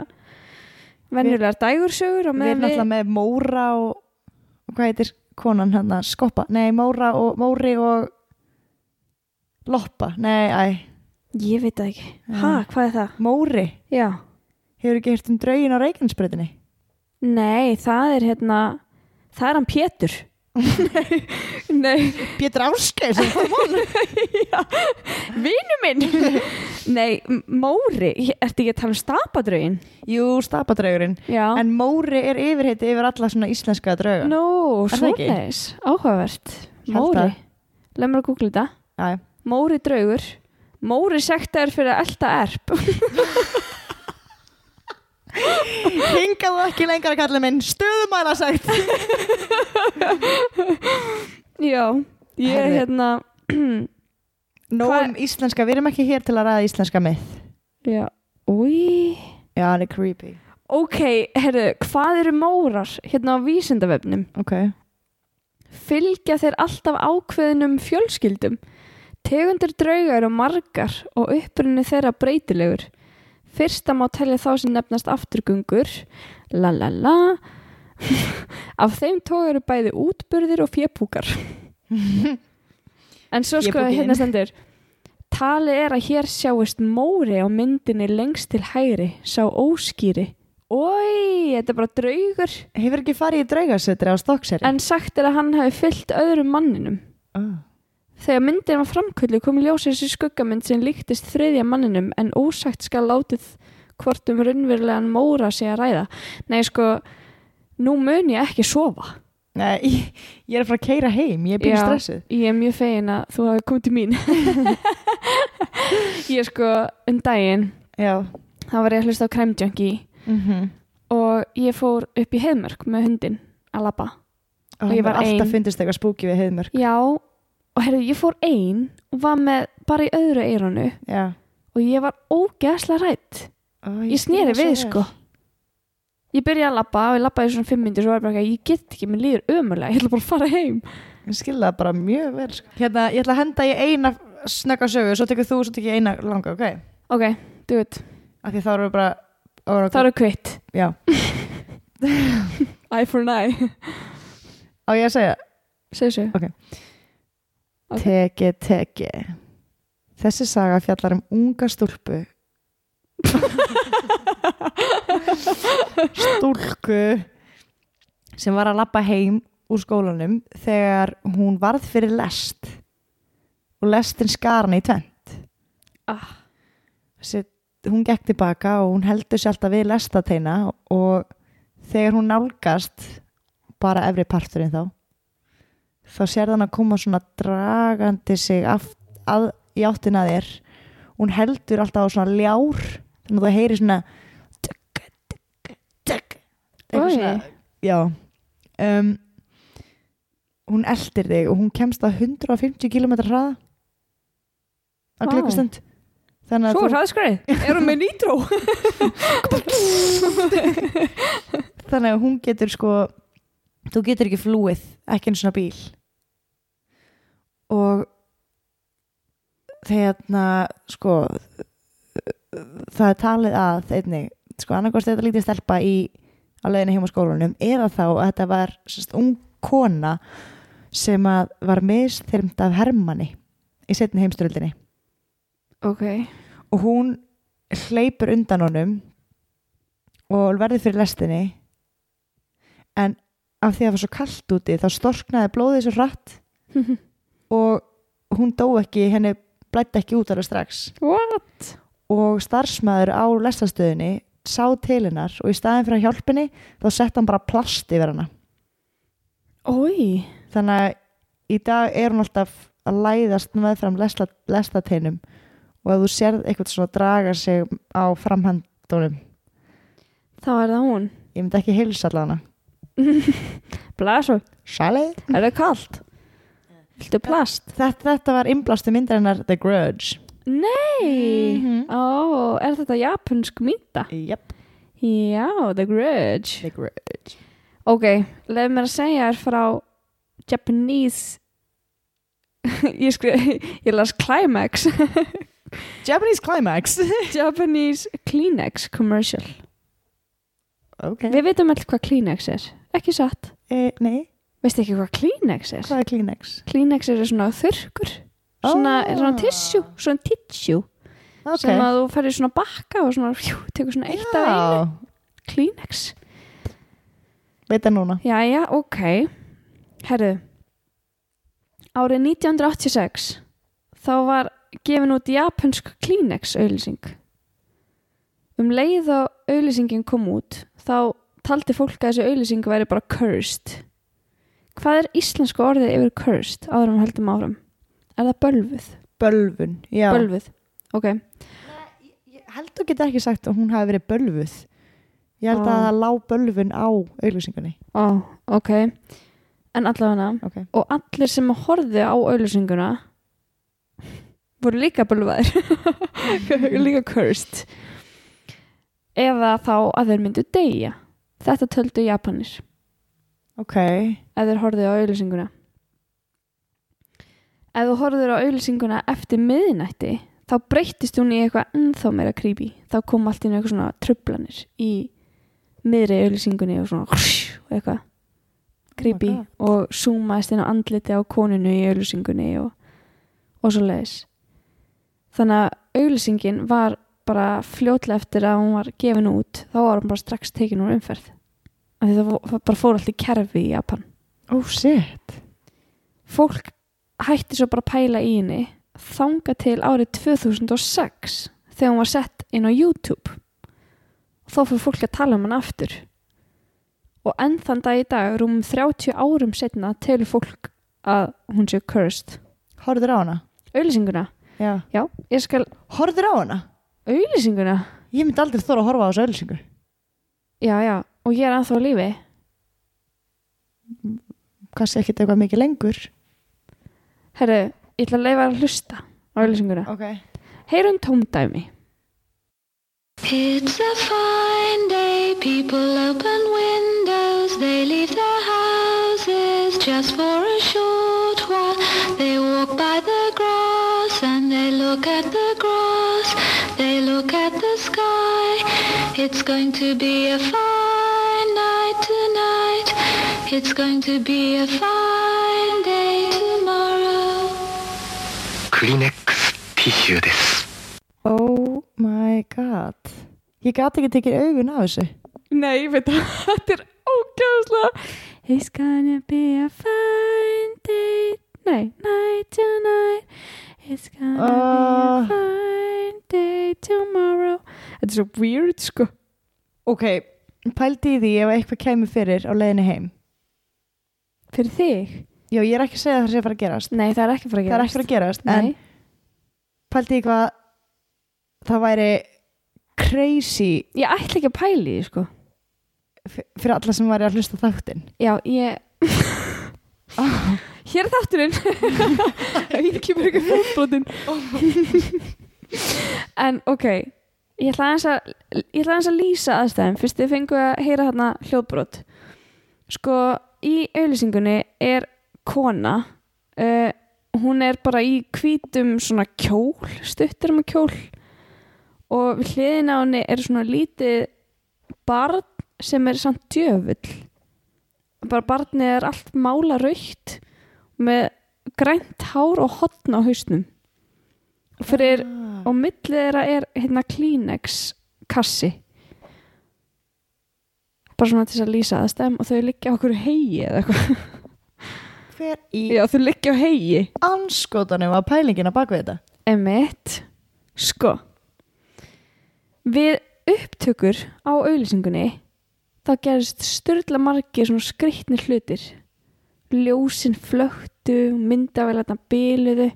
venjulegar dægursögur og
við erum
meðan við,
náttúrulega Sko, með Móra og, og hvað heitir konan hann að skoppa nei, Móra og Móri og Loppa, nei, æ
Ég veit það ekki,
Já.
ha, hvað er það?
Móri,
Já,
hefur ekki hirt um draugin á Reykjanesbreytinni?
nei, það er hérna Það er hann Pétur Nei, nei
Pétur Áskeið sem kom
Já, vinnu minn Nei, M- Móri, ertu ekki að tala um stapadrögin?
Jú, stapadraugurinn
Já,
En Móri er yfirheiti yfir alla svona íslenska drauga
nú,
Er það ekki?
svoleiðis, áhugavert
Ég held
Móri,
það.
leið mér að googla þetta
Já, já.
Móri draugur Móri sektaður fyrir að elta erp
Hingaðu ekki lengra kallið minn Stöðumæla sagt
Já, ég er
Herri.
hérna Hva-
Nóum um íslenska, við erum ekki hér til að ræða íslenska mið
Já, úi
Já, hann er creepy
Ok, herru, hvað eru mórar hérna á vísindavefnum?
Ok
Fylgja þeir alltaf ákveðinum fjölskyldum? Tegundir drauga eru margar og upprunni þeirra breytilegur. Fyrsta má telja þá sem nefnast afturgöngur, la la la. Af þeim tóð eru bæði útburðir og fjepúkar. en svo sko
Fépúkinn.
hérna stendur, talið er að hér sjáist móri á myndinni lengst til hægri, sá óskýri. Ói, þetta er bara draugur.
Hefur ekki farið í draugasetri á stokkseri?
En sagt er að hann hafi fyllt öðrum manninum.
oh.
Þegar myndin var framkvöldu kom í ljósið þessi skuggamynd sem líktist þriðja manninum en ósagt skal látið hvort um raunverulegan móra sé að ræða. Nei, sko, nú mun ég ekki sofa.
Nei, ég, ég er að fara að keira heim Ég er bíl
Já.
stressuð
Ég er mjög fegin að þú hafi komið til mín. ég sko, um daginn,
Já
þá var ég að hlusta á kræmdjöngi
mm
og ég fór upp í heimörk með hundin að labba.
Og
ég
ég
var
var alltaf
ein.
fundist eitthvað spooky við heiðmörk
Já, og herrðu, ég fór ein og var með bara í öðru eironu
Já
og ég var ógeðslega rætt.
Ó,
Ég sneri
skil það
við
svo
sko.
vel.
Ég byrjaði að labba og ég labbaði í svona fimm myndir og var bara ekki að ég get ekki, mér líður ömurlega, ég ætla bara að fara heim.
Ég skil það bara mjög vel sko. Hérna, ég ætla að henda ég eina snögga sögu Svo tekur þú, svo tekur ég eina langa, ok?
Ok, duð,
Af því þá erum við bara Það
það eru kvitt.
Já
Eye for an eye.
Á ég að segja
Segðu svo. Ok.
Teki, teki Þessi saga fjallar um unga stúlpu Stúlku sem var að lappa heim úr skólanum þegar hún varð fyrir lest og lestin skarna í tvent
Ah.
Þessi, hún gekk tilbaka og hún heldur sér alltaf við lestateina og þegar hún nálgast bara efri parturinn þá þá sér þann að koma svona dragandi sig aft, að, í áttina að þér hún heldur alltaf á svona ljár þannig að þú heyri svona tugg, tugg, tugg eitthvað
Oj.
svona, já um, hún eldir þig og hún kemst að 150 km hraða á
Vá.
klukkustund þannig
Svo
að,
hraðskreið, erum við nýtró?
þú, þannig að hún getur sko þú getur ekki flúið ekki einu svona bíl og þegarna sko það er talið að einnig, sko annarkost þetta lítið stelpa í á leiðinu heim á skólanum eða þá að þetta var sérst, ung kona sem að var misþyrmt af hermanni í setni heimsturöldinni
Ok.
og hún hleypur undan honum og verður fyrir lestinni en af því að það var svo kallt úti þá storknaði blóðið svo hratt og hún dó ekki henni blætti ekki út alveg strax
What?
og starfsmæður á lestastöðinni sá til hennar og í staðin fyrir að hjálpa henni þá sett hann bara plast yfir hana
Ói
þannig að í dag er hún alltaf að læðast meðfram lesla, lestateinum og að þú sérð eitthvað svona draga sig á framhandunum
Þá er það hún
ég myndi ekki heilsa allana
Blasu,
Sally?
er það kalt? Viltu plast?
Þetta, þetta var innblastu myndarinnar The Grudge
Nei
Mhm.
Ó, er þetta japansk mynda?
Yep,
Já, The Grudge
The Grudge
Ok, leið mér að segja þér frá Japanese Ég skrif, ég las Climax
Japanese Climax
Japanese Kleenex commercial
Ok
Við veitum alltaf hvað Kleenex er, ekki satt
e, Nei,
Veistu ekki hvað Kleenex er?
hvað er Kleenex?
Kleenex eru svona þurrkur svona,
Ah.
svona tissjú, svona tissjú
Ok
sem að þú ferði svona bakka og svona, hjú, tekur svona eitt af einu
Já,
Kleenex
veit það núna
Jæja, ok Herru Árið 1986 þá var gefin út japansk Kleenex auðlýsing Um leið og auðlýsingin kom út þá taldi fólk að þessi auðlýsing væri bara cursed Hvað er íslensku orðið yfir cursed áður um höldum árum? Er það bölvuð?
Bölvun, já
Bölvuð, ok
Ég held þú getur ekki sagt að hún hafi verið bölvuð Ég held
Ó.
að það lá bölvun á auðlýsingunni
Ó, ok En allavega
Ok
og allir sem horfðu á auðlýsinguna voru líka bölvaðir líka cursed eða þá að þeir myndu deyja þetta töldu Japanir
Ok,
ef þeir horfðu á auðlýsinguna ef þú horfður á auðlýsinguna eftir miðnætti þá breyttist hún í eitthvað ennþá meira creepy þá kom allt inn eitthvað svona trublanir í miðri auðlýsingunni og svona og eitthvað creepy
God.
og zoomaðist inn á andliti á koninu í auðlýsingunni og, og svo leiðis þannig að auðlýsingin var bara fljótlega eftir að hún var gefin út þá var hún bara strax tekin úr umferð af því það, það bara fór allt í kerfi í Japan
oh shit
fólk hætti svo bara að pæla í henni þanga til árið 2006 þegar hún var sett inn á YouTube og þá fyrir fólk að tala um hann aftur og enn þann dag í dag rúm 30 árum setna telur fólk að hún sé cursed
Horður á hana?
auðlýsinguna,
Já
já, ég skal
Horður á hana?
auðlýsinguna,
Ég myndi aldrei þóra að horfa á þessu auðlýsingu
já, já og ég er ennþá á lífi
Kanski ekkit eitthvað mikið lengur
herru, ég ætla að leifa að hlusta á auðlýsinguna
Ok
heyrum tómdæmi
It's a fine day, people open windows, they leave their houses just for a short while. They walk by the grass and they look at the grass, they look at the sky. It's going to be a fine night tonight, it's going to be a fine day tomorrow.
クリネックスティッシュです。
Oh my god Ég gat ekki tekið augun af þessu
Nei, ég veit að þetta er ógæðslega It's gonna be a fine day Nei, night tonight It's gonna
Ah.
be a fine day tomorrow Þetta er svo weird, sko
Ok Pældi í því ef eitthvað kemur fyrir á leiðinni heim
Fyrir þig?
Já, ég er ekki að segja að það sé að fara að gerast
Nei, það er ekki fyrir að
Það er
gera
ekki að fara að gerast En
Nei,
pældi í hvað það væri crazy
ég ætla ekki að pæli því, sko
f- fyrir alla sem væri að hlusta á þáttinn
Já, ég Hér er þátturinn Ég kemur ekki fótbrotin En ok Ég ætla aðeins að Ég ætla aðeins að lýsa aðstæðum Fyrst þið fengu að heyra þarna hljóðbrot Sko, í auðlýsingunni er kona uh, Hún er bara í hvítum svona kjól Stuttur með kjól Og við hliðin á henni er svona lítið barn sem er samt djöfull bara barnið er allt mála raukt með grænt hár og hotn á hausnum fyrir
Ah.
og millið þeirra er hérna Kleenex kassi bara svona til þess að lýsa aðstæðum og þau liggja á okkur hegi eða eitthvað
Hver í
já þau liggja á hegi
anskotanum var pælingin að baka við þetta?
Emmett Sko Við upptökur á auðlýsingunni þá gerist styrla margir svona skreittni hlutir ljósin flöktu myndavélarna biluðu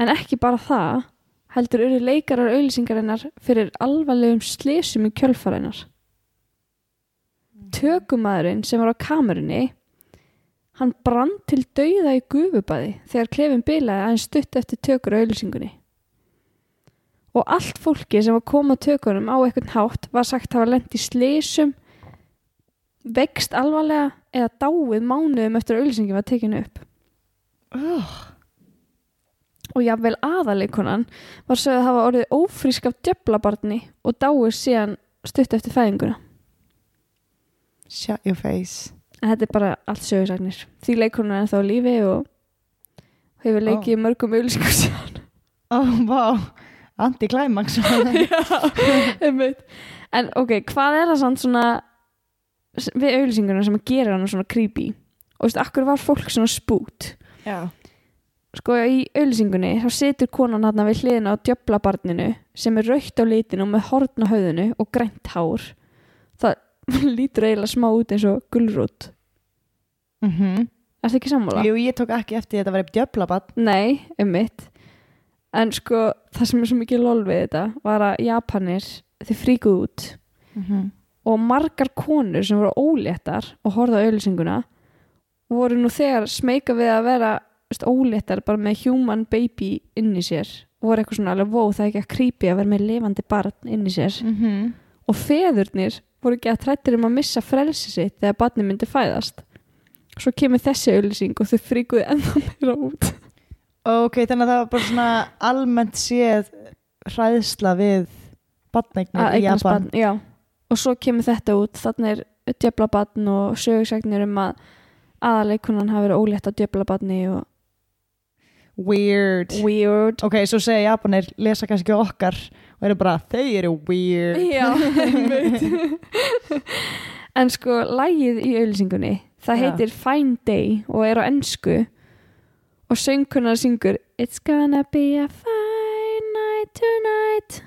en ekki bara það heldur eru leikarar auðlýsingarinnar fyrir alvarlegum slesum í kjölfarinnar tökumæðurinn sem var á kamerunni hann brann til dauða í gufubæði þegar klefin bilaði aðeins stutt eftir tökur á auðlýsingunni og allt fólki sem var koma tökunum á eitthvað hátt var sagt hafa lent í slesum vext alvarlega eða dáið mánuðum eftir að auðlýsingin var tekinu upp
Oh,
og jafnvel aðaleikunan var sögð að hafa orðið ófrísk af djöflabarni og dáið síðan stutt eftir fæðinguna
shut your face.
en þetta er bara allt sögursagnir því leikunan er þá lífi og hefur leikið í mörgum auðlýsingum síðan
Oh, wow. Anti-climax.
Já, einmitt. en ok, hvað er það samt svona við auðlýsinguna sem gerir hana svona creepy og veist, akkur var fólk svona spút
Já.
sko í auðlýsingunni þá situr konan hann við hliðina á djöflabarninu sem er raukt á litinu og með horn á höfðinu og grænt hár það lítur eiginlega smá út eins og gulrút
Mm
er það ekki sammála?
Jú, ég tók ekki eftir því að þetta var upp djöflabann.
Nei, einmitt En sko, það sem er svo mikið lol við þetta var að Japanir, þið fríkuðu út
Mm
Mhm.
-hmm.
og margar konur sem voru óléttar og horfðu á auðlýsinguna voru nú þegar smeyka við að vera veist, óléttar bara með human baby inn í sér og voru eitthvað svona alveg vó það er ekki að creepy að vera með lifandi barn inn í sér
Mm -hmm.
og feðurnir voru ekki að trættir um að missa frelsi sitt þegar barni myndi fæðast svo kemur þessi auðlýsing og þau fríkuðu ennþá meira út
Ok, þannig að það var bara svona almennt séð hræðsla við
að
batneignir í
eignast
Japan.
barn, já og svo kemur þetta út, þannig er djöflabatn og sögursagnir um að aðaleikunan hafi verið ólétt á djöflabatni og
Weird.
weird
Ok, svo segja Japanir, lesa kannski okkar og eru bara, þau eru weird.
já, einmitt. en sko lægið í auðlýsingunni, það
Já.
heitir Fine Day og er á ennsku og söngkunar syngur It's gonna be a fine night tonight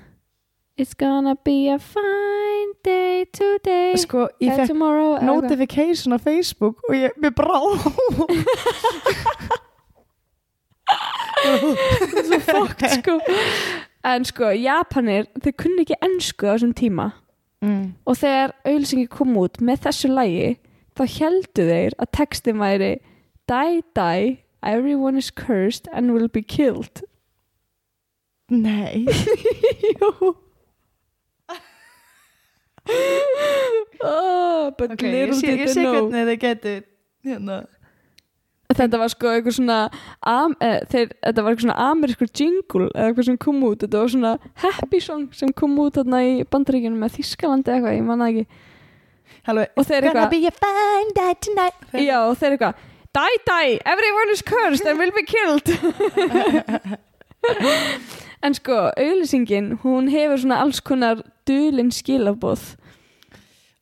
It's gonna be a fine day today
Sko, ég
and
fekk
tomorrow eða eitthvað.
notification á Facebook og ég, mér brá.
svo fókt sko en sko, Japanir, þau kunni ekki ennsku á þessum tíma
mm.
og þegar auðlýsingi kom út með þessu lægi þá heldu þeir að textin væri Die, die, everyone is cursed and will be killed
Nei.
Jú oh, But
Ok, ég
little
sé, ég
did they
sé
know
hvernig þau getur, hérna.
Þetta var sko eitthvað svona am, eh, þeir, Þetta var eitthvað svona amerískur jingle eða eitthvað sem kom út Þetta var svona happy song sem kom út þarna í bandaríkjunum með Þískalandi eitthvað, ég manna ekki
Halló,
og þeir
gonna
eitthvað
be a fine day tonight.
já, og þeir eitthvað die die, everyone is cursed and will be killed en sko, auðlýsingin hún hefur svona alls konar dulin skilabóð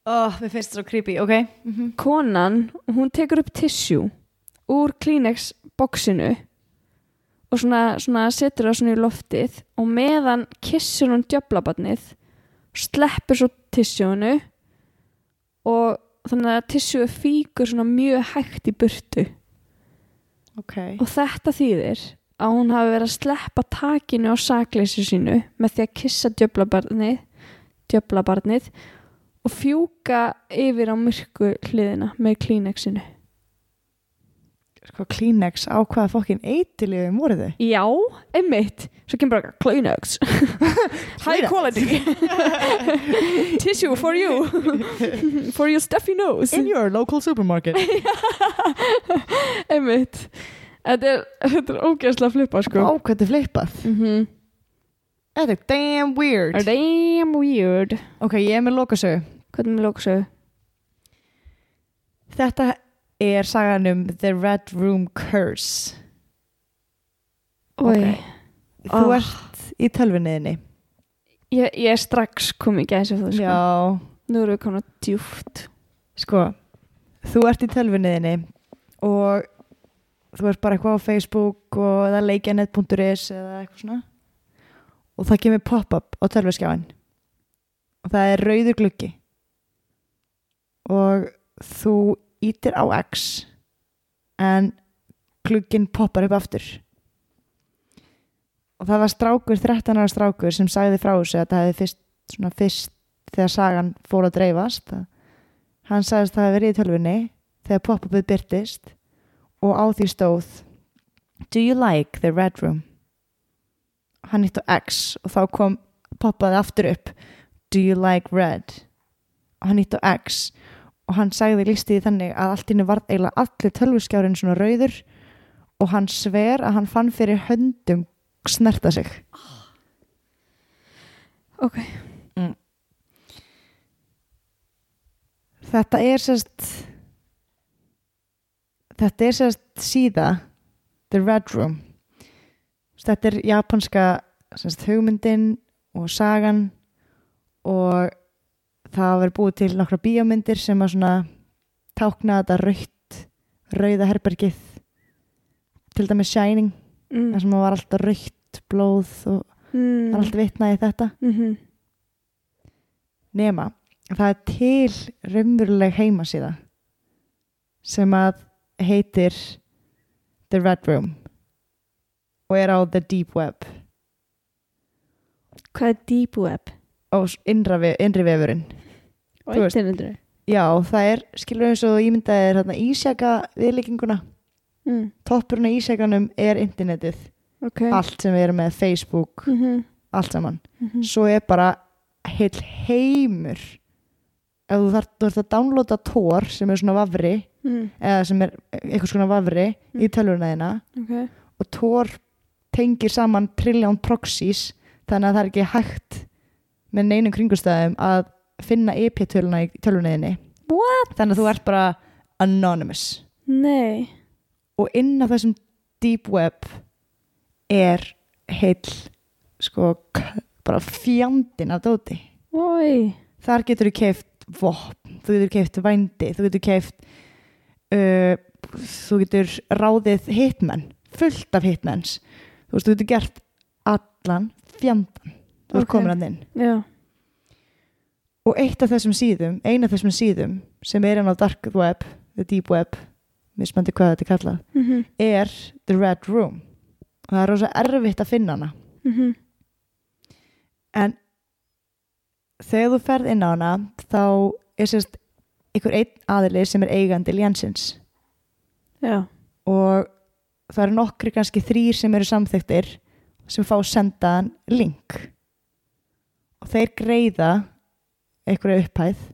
Ó, mér Oh, finnst það svo creepy, ok.
Mhm. konan, hún tekur upp tissue úr Kleenex boxinu og svona, svona setur það svona í loftið og meðan kissur hún djöflabarnið sleppur svo tissueinu og þannig að tissue fíkur svona mjög hægt í burtu
Ok.
og þetta þýðir að hún hafi verið að sleppa takinu á sakleysi sínu með því að kissa djöflabarnið djöflabarnið og fjúka yfir á myrku hliðina með klínexinu
Sko, Kleenex á hvaða fokkin eitilífum voru þau?
Já, einmitt Svo kemur bara Kleenex High quality Tissue for you For your stuffy nose
In your local supermarket.
Einmitt Þetta er, þetta er ógeðslega flippa sko
Ó, hvað þetta er flippað.
mm -hmm.
Þetta er damn weird.
Damn weird
Ok, ég er með lokasögu.
Hvernig með lóksögu?
Þetta er sagan um The Red Room Curse.
Okay.
Þú
Ah.
ert í tölvinniðinni.
Ég, ég er strax komið í gæsa fyrir sko.
Já.
Nú erum við komin að djúft.
Sko, þú ert í tölvinniðinni og þú ert bara eitthvað á Facebook og eða leikjanet.is eða eitthvað svona og það kemur pop-up á tölviskjáin og það er rauður gluggi og þú ítir á X en glugginn poppar upp aftur og það var strákur 13 ára strákur sem sagði frá þessu að það hefði fyrst, svona fyrst þegar sagan fór að dreifast að hann sagðist að það hefði verið í tölvunni þegar poppupið byrtist og á því stóð Do you like the red room? Hann hitt á X og þá kom poppaði aftur upp Do you like red? Og hann hitt á X og hann sagði lísti því þannig að allt innu varð eiginlega allir tölvuskjárin svona rauður og hann sver að hann fann fyrir höndum snerta sig
Ok.
mm. Þetta er sérst þetta er sérst síða The Red Room Sérst, Þetta er japanska sérst, hugmyndin og sagan og það hafa verið búið til nokkra bíómyndir sem að svona tákna þetta rautt rauða herbergið til dæmis Shining
Mm.
þar sem að var alltaf rautt blóð og það er alltaf vitnaði þetta
Mhm.
nema að það er til raunveruleg heimasíða sem að heitir The Red Room og er á The Deep Web
Hvað er deep web?
og innra, ve- innri vefurinn
Og
Þú veist.
internetur
já það er skilur eins og ímyndaði þarna ísjaka viðlíkinguna
mm.
toppurinn á ísjakanum er internetið
Ok
allt sem við erum með Facebook
mm -hmm.
allt saman
Mm -hmm.
svo er bara heil heimur ef þú þarf, þú þarf að downloada Tor sem er svona vafri
Mm.
eða sem er eitthvað svona vafri í tölvuna þína
Ok
og Tor tengir saman trilljón proxys þannig að það er ekki hægt með neinum kringustæðum að finna IP-töluna í tölvuna þinni
What?
þannig að þú ert bara anonymous
Nei
og inn á þessum deep web er heil sko k- bara fjandin af dóti
Oi
þar getur þú keift vopn, þú getur keift vændi þú getur keift uh, þú getur ráðið hitmenn, fullt af hitmenns þú veist, þú getur gert allan fjandan, þú ert
Ok.
komin að inn
Já
og eitt af þessum síðum, eina af þessum síðum sem er enn á dark web the deep web, mismandi hvað þetta er kallað
mm -hmm.
er the red room og það er rosa erfitt að finna hana
Mm -hmm.
þegar þú ferð inn á hana þá er sérst einhver einn aðili sem er eigandi ljansins
Já
og það eru nokkri kannski þrýr sem eru samþyktir sem fá sendaðan link og þeir greiða einhverju upphæð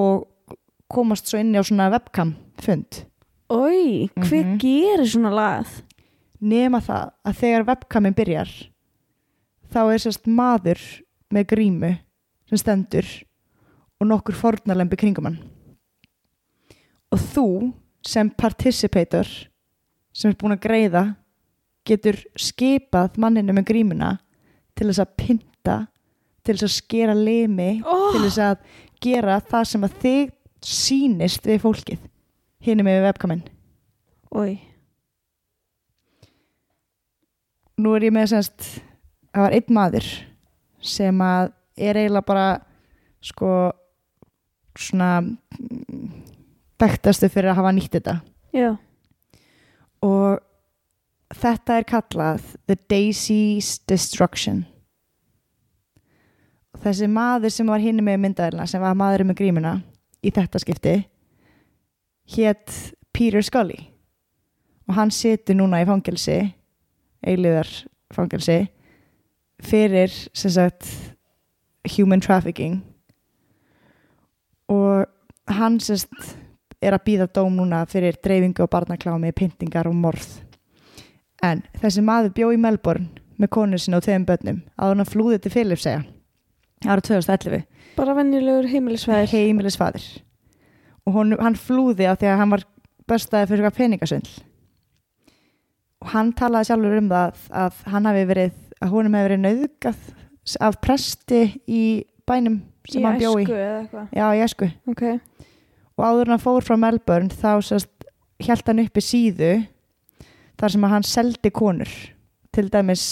og komast svo inn á svona webcam fund
Oi, hver
Mhm.
gerir svona lagað?
nema það að þegar webcamin byrjar þá er sérst maður með grímu sem stendur og nokkur fornalembi kringum hann og þú sem participator sem er búin að greiða getur skipað manninu með grímuna til þess að pynta til þess að skera limi
Oh.
til þess að gera það sem að þig sýnist við fólkið hinum með webcamin
Oi
nú er ég með semst það var einn maður sem að er eiginlega bara sko svona mm, þekktastu fyrir að hafa nýtt þetta
Já
og þetta er kallað The Daisy's Destruction Og þessi maður sem var hinn með myndaðilna sem var maður með grímuna í þetta skipti hétt Peter Scully og hann situr núna í fangelsi eilíðar fangelsi fyrir sem sagt human trafficking og hann sem sagt er að býða dóm núna fyrir dreifingu og barnaklámi, pyntingar og morð. En þessi maður bjó í Melbourne með konu sinna og tveim börnum að hann flúði til Filipsega ára 2011,
Bara venjulegur heimilisvæðir
heimilisfadir. Og hon, hann flúði af því að hann var bestaði fyrir eitthvað peningasvindl. Og hann talaði sjálfur um það að hann hafi verið, að honum hefði verið nauðgat af presti í bænum sem hann bjó í.
æsku eða eitthvað
Já, í æsku.
Ok
og áður en hann fór frá Melbourne þá sérst, held hann uppi síðu þar sem að hann seldi konur til dæmis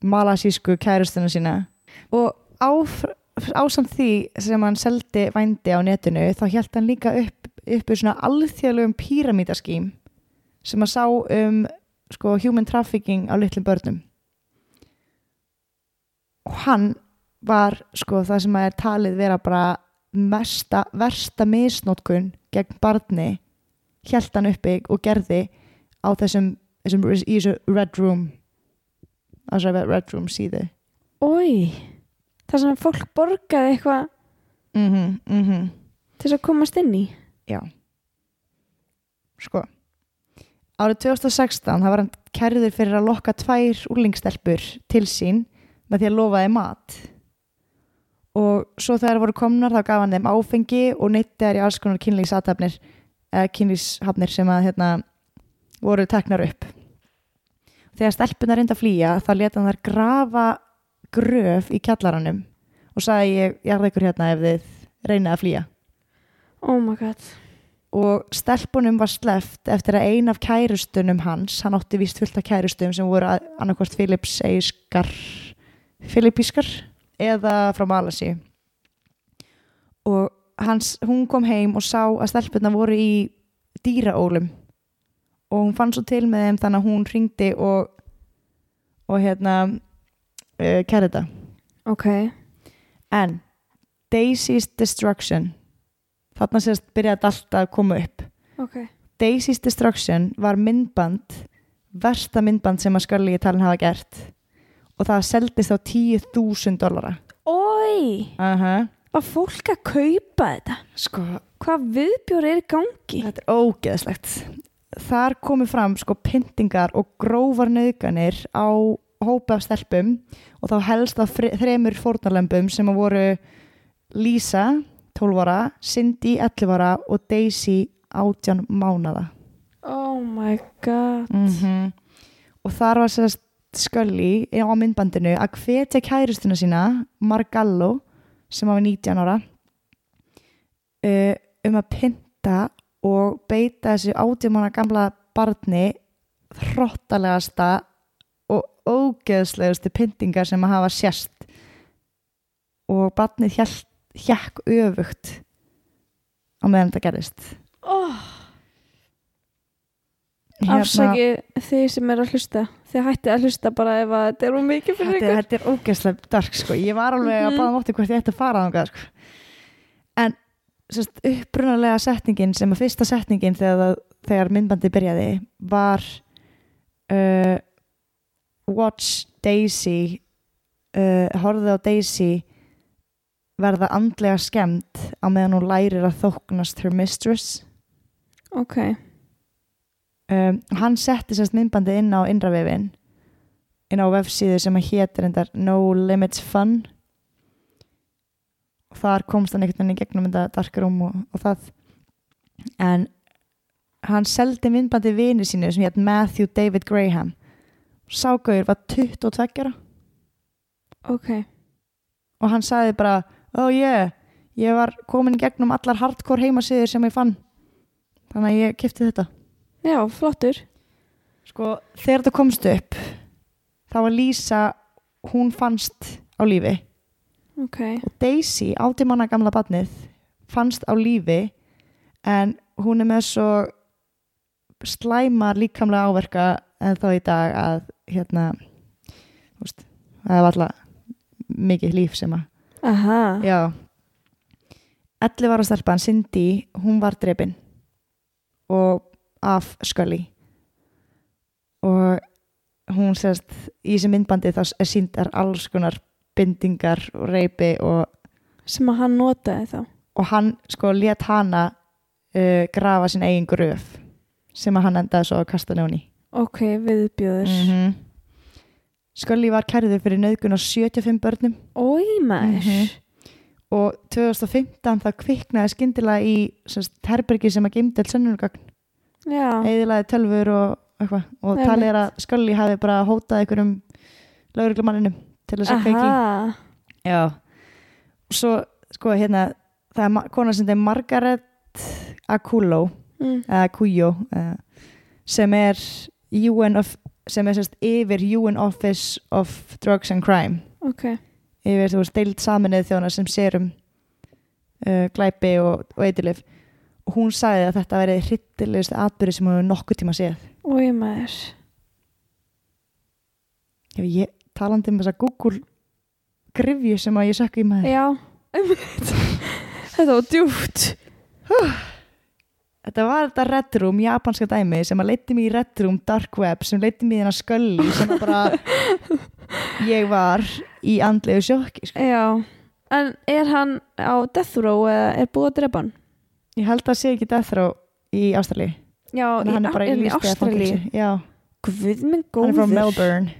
malasísku kærustuna sína og áfr ásamt því sem hann seldi vændi á netinu þá held hann líka upp, uppu svona alþjóðlegum píramítaským sem að sá um sko, human trafficking á litlum börnum og hann var sko, það sem að er talið vera bara mesta, versta misnotkun gegn barni held hann uppi og gerði á þessum, þessum í þessu Red Room á þessari Red Room síðu
Ói, það sem fólk borgaði eitthvað
mhm, mhm
til þess að komast inn í
Já Sko Árið 2016 það var hann kærður fyrir að lokka tvær úrlingstelpur til sín með því að lofaði mat og svo þegar þær voru komnar þá gaf hann þeim áfengi og neytti þær í alls konar kynlýsatafnir eða kynlýshafnir sem að hérna, voru teknar upp Þegar stelpunar reynda að flýja þá leta hann þær grafa gröf í kjallaranum og sagði ég, ég er ykkur hérna ef þið reyna að flýja
Oh my god
og stelpunum var sleft eftir að ein af kærustunum hans hann átti víst fullt af kærustum sem voru annarkvort Philips eiskar Filipískar eða frá Malasi og hans, hún kom heim og sá að stelpunna voru í dýraólum og hún fann svo til með þeim þannig að hún ringdi og og hérna uh, kæri þetta
Ok,
En Daisy's Destruction þarna sést byrjaði allt að koma upp
ok
Daisy's Destruction var myndband versta myndband sem að skölli í talin hafa gert og það seldist á 10.000 dollara
Ói,
uh -huh.
var fólk að kaupa þetta?
Sko,
Hvað viðbjóri er í gangi?
þetta er ógeðslegt Þar komu fram sko pyntingar og grófar nöðganir á hópa af stelpum og þá helst af fre- þremur fórnarlömbum sem að voru Lisa, 12 ára, Cindy, 11 ára og Daisy, 18 mánada.
Oh my god
-hmm. og þar var sérst skölli á myndbandinu að hvetja kæristuna sína Margallo sem hafa 19 ára uh, um að pynta og beita þessu átjumanna gamla barni hrottalegasta og ógeðslegustu pyntingar sem að hafa sérst og barnið hjælt, hjekk öfugt á meðan þetta gerðist
oh,
Hérna-
Afsakið þið sem er að hlusta Þið hættið að hlusta bara ef að þetta er um mikið fyrir
þetta,
ykkur
þetta er ógeðslega dark sko. ég var alveg að
Mhm.
báða móti hvert ég ætti að fara þangað sko. en sérst, upprunalega setningin sem að fyrsta setningin þegar, það- þegar myndbandi byrjaði var uh, watch Daisy uh, horfið á Daisy verða andlega skemmt á meðan hún lærir að þóknast her mistress
Ok,
um, hann setti sérst myndbandið inn á innravefin inn á vefsíðu sem að hétir endar No Limits Fun og þar komst hann einhvern veginn í gegnum þetta Dark Room og, og það en hann seldi myndbandið vini sínu sem hétt Matthew David Graham ságauður var 22 ára
ok
og hann sagði bara oh yeah, ég var komin í gegnum allar hardcore heimasíður sem ég fann þannig að ég kipti þetta
Já, flottur
Sko, þegar þetta komst upp þá var Lisa, hún fannst á lífi
Ok,
og Daisy, átimanna gamla barnið fannst á lífi en hún er með svo slæma líkamlega áverka en þá í dag að hérna þú veist, það var alltaf mikið líf sem að
aha
já 11 ára stelpan Cindy, hún var drepin og af Scully og hún sérst í þessi myndbandi þá er síndar alls konar bindingar og reypi og,
Sem að hann notaði þá
og hann sko let hana uh, grafa sín eigin gröf sem að hann endaði svo að kasta njóni
Ok, viðbjóður
mm -hmm. Scully var kærður fyrir nöðgun á 75 börnum
Ói, maður
Mhm. og 2015 það kviknaði skyndilega í semst, herbergi sem að gemdi all sönnunugagn
Já,
eðilaði tölfur og eitthvað og
Einmitt.
talið er að Scully hafi bara hótað einhverjum lauruglumanninum til þess að kveiki
aha
Já Svo sko hérna það er ma- kona sem þetta er Margaret Aculo
mm.
eða Cujo eh, sem er UN of, sem er sérst yfir UN Office of Drugs and Crime
Ok,
yfir þú veist deild saminnið þjóna sem sér um uh, glæpi og, og eitilif og hún sagði að þetta verið hryllilegust atbyrði sem hún hefur nokkuð tíma séð
og ég maður
Ef ég talandi um þessa Google grifju sem að ég sökk í maður
já, einmitt þetta var djúpt
Þetta var þetta Red Room, japanska dæmi sem að leiti mig í Red Room Dark Web sem leiti mig í þennan skölli sem að bara ég var í andlegu sjokki sko.
já, en er hann á death row eða er búið að drepa hann
Ég held að sé ekki Death Row í Ástralíu
já,
Þannig að hann er bara í
hann í
lífstíða
Ástralíu
fangelsi. Já,
guð minn
hann er frá
góður
Melbourne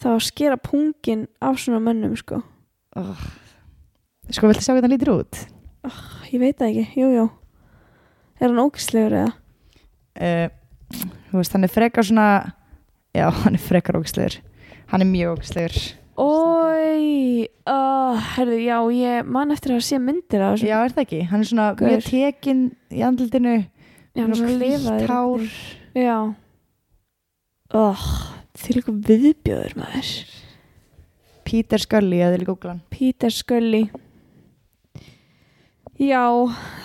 þá að skera pungin af svona mönnum sko
oh. Sko, viltu sjá hvernig hann lítur út?
ég veit það ekki, jú, jú er hann ógislegur eða
Uh, þú veist, hann er frekar svona Já, hann er frekar ógislegur Hann er mjög ógislegur
Ói, uh, herðu, já, ég man eftir að sé myndir af þessu.
Já, er það ekki? Hann er svona
Gaur.
mjög tekinn í andlutinu
já hann er svona lifaður.
hár
Já. Oh, til ykkur viðbjöður maður.
Peter Scully, eða líka googlan
Peter Scully. Já,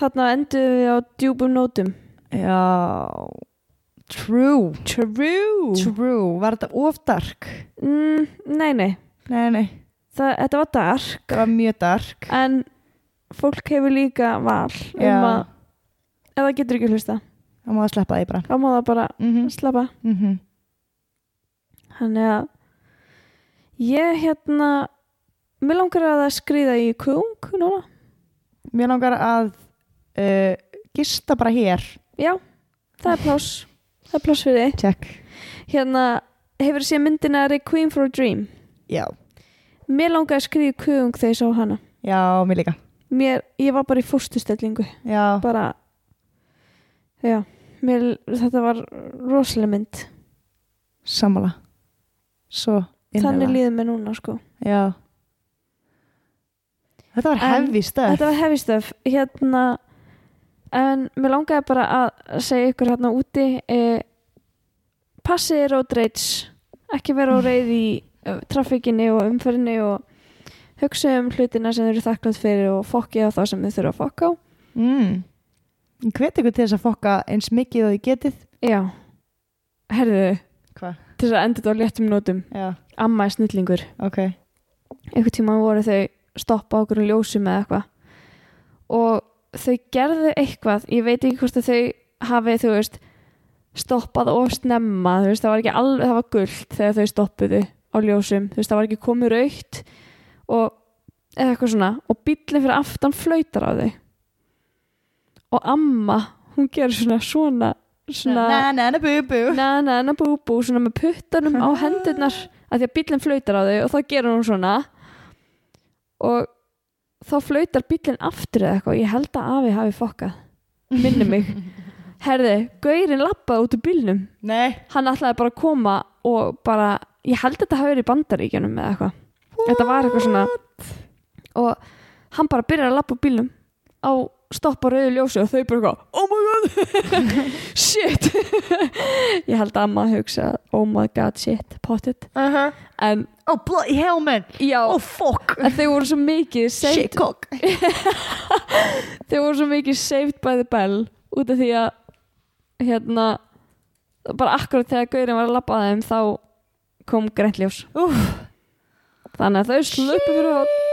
þarna enduðum við á djúbum nótum.
Já True
True.
True, var þetta of dark?
Mm, nei, nei,
Nei, nei,
það, þetta var dark,
það var mjög dark
en fólk hefur líka val um
Já.
að, ef það getur ekki hlusta,
Það má að sleppa því bara
þá má það bara
mm -hmm.
slappa. Þannig að ég hérna mér langar að skrýða í kung núna.
Mér langar að uh, gista bara hér
Já, það er pláss. Það er pláss fyrir þig.
Check
Hérna, hefur séð myndina Requiem for a Dream.
Já,
Mér langar að skrýða í kung þegar ég sá hana.
já, mér líka
Mér, ég var bara í fóstustellingu.
Já,
Bara, já, mér, þetta var rosaleg mynd.
sammála Svo
Þannig
innilega.
líður mér núna, sko.
Já Þetta var
En
hefði stöð
Þetta var heavy stuff hérna, en mér langaði bara að segja ykkur hérna úti eh, passið er road rage ekki vera á reið í eh, trafíkinni og umferðinni og hugsa um hlutina sem þau eru þakklátt fyrir og fokkið á það sem þau þurfa að fokka á
mm. Ég hveti ykkur til þess að fokka eins mikið og þið getið
já, herðu
Hva?
til þess að enda þetta á léttum nótum
Já,
amma er snillingur
ok
einhvern tíma voru þau stoppa okkur og ljósum eða eitthvað og þau gerðu eitthvað ég veit ekki hvort að þau hafi þú veist stoppað of snemma þú veist það var ekki alveg, það var gullt þegar þau stoppuðu á ljósum þú veist það var ekki komið raukt og eða eitthvað svona og bíllinn fyrir aftan flautar á þau og amma hún gerur svona svona svona
Na, na, na, bú, bú
na na na bú bú svona með puttanum
Ah.
á hendurnar að því að bílinn flautar á þau og þá gerur hún svona og þá flautar bílinn aftur eða eitthvað ég held að afi hafi fokkað minni mig herði, gaurin lappaði út úr bílnum
Nei,
hann ætlaði bara að koma og bara, ég held að þetta hafi verið í bandaríkjunum eða eitthvað, þetta var eitthvað svona og hann bara byrjar að lappa úr bílnum á stoppa rauðu ljósi og þau bara eitthvað oh my god, shit ég held að amma hugsa oh my god, shit, potted
uh -huh.
en
Oh, bloody hell, man
já,
Oh, fuck
en þau voru svo mikið saved,
Shit, cock
þau voru svo mikið saved by the bell út af því að hérna bara akkurat þegar gaurin var að lappa að þeim þá kom grænt ljós
Úff.
þannig að þau slöpu fyrir hótt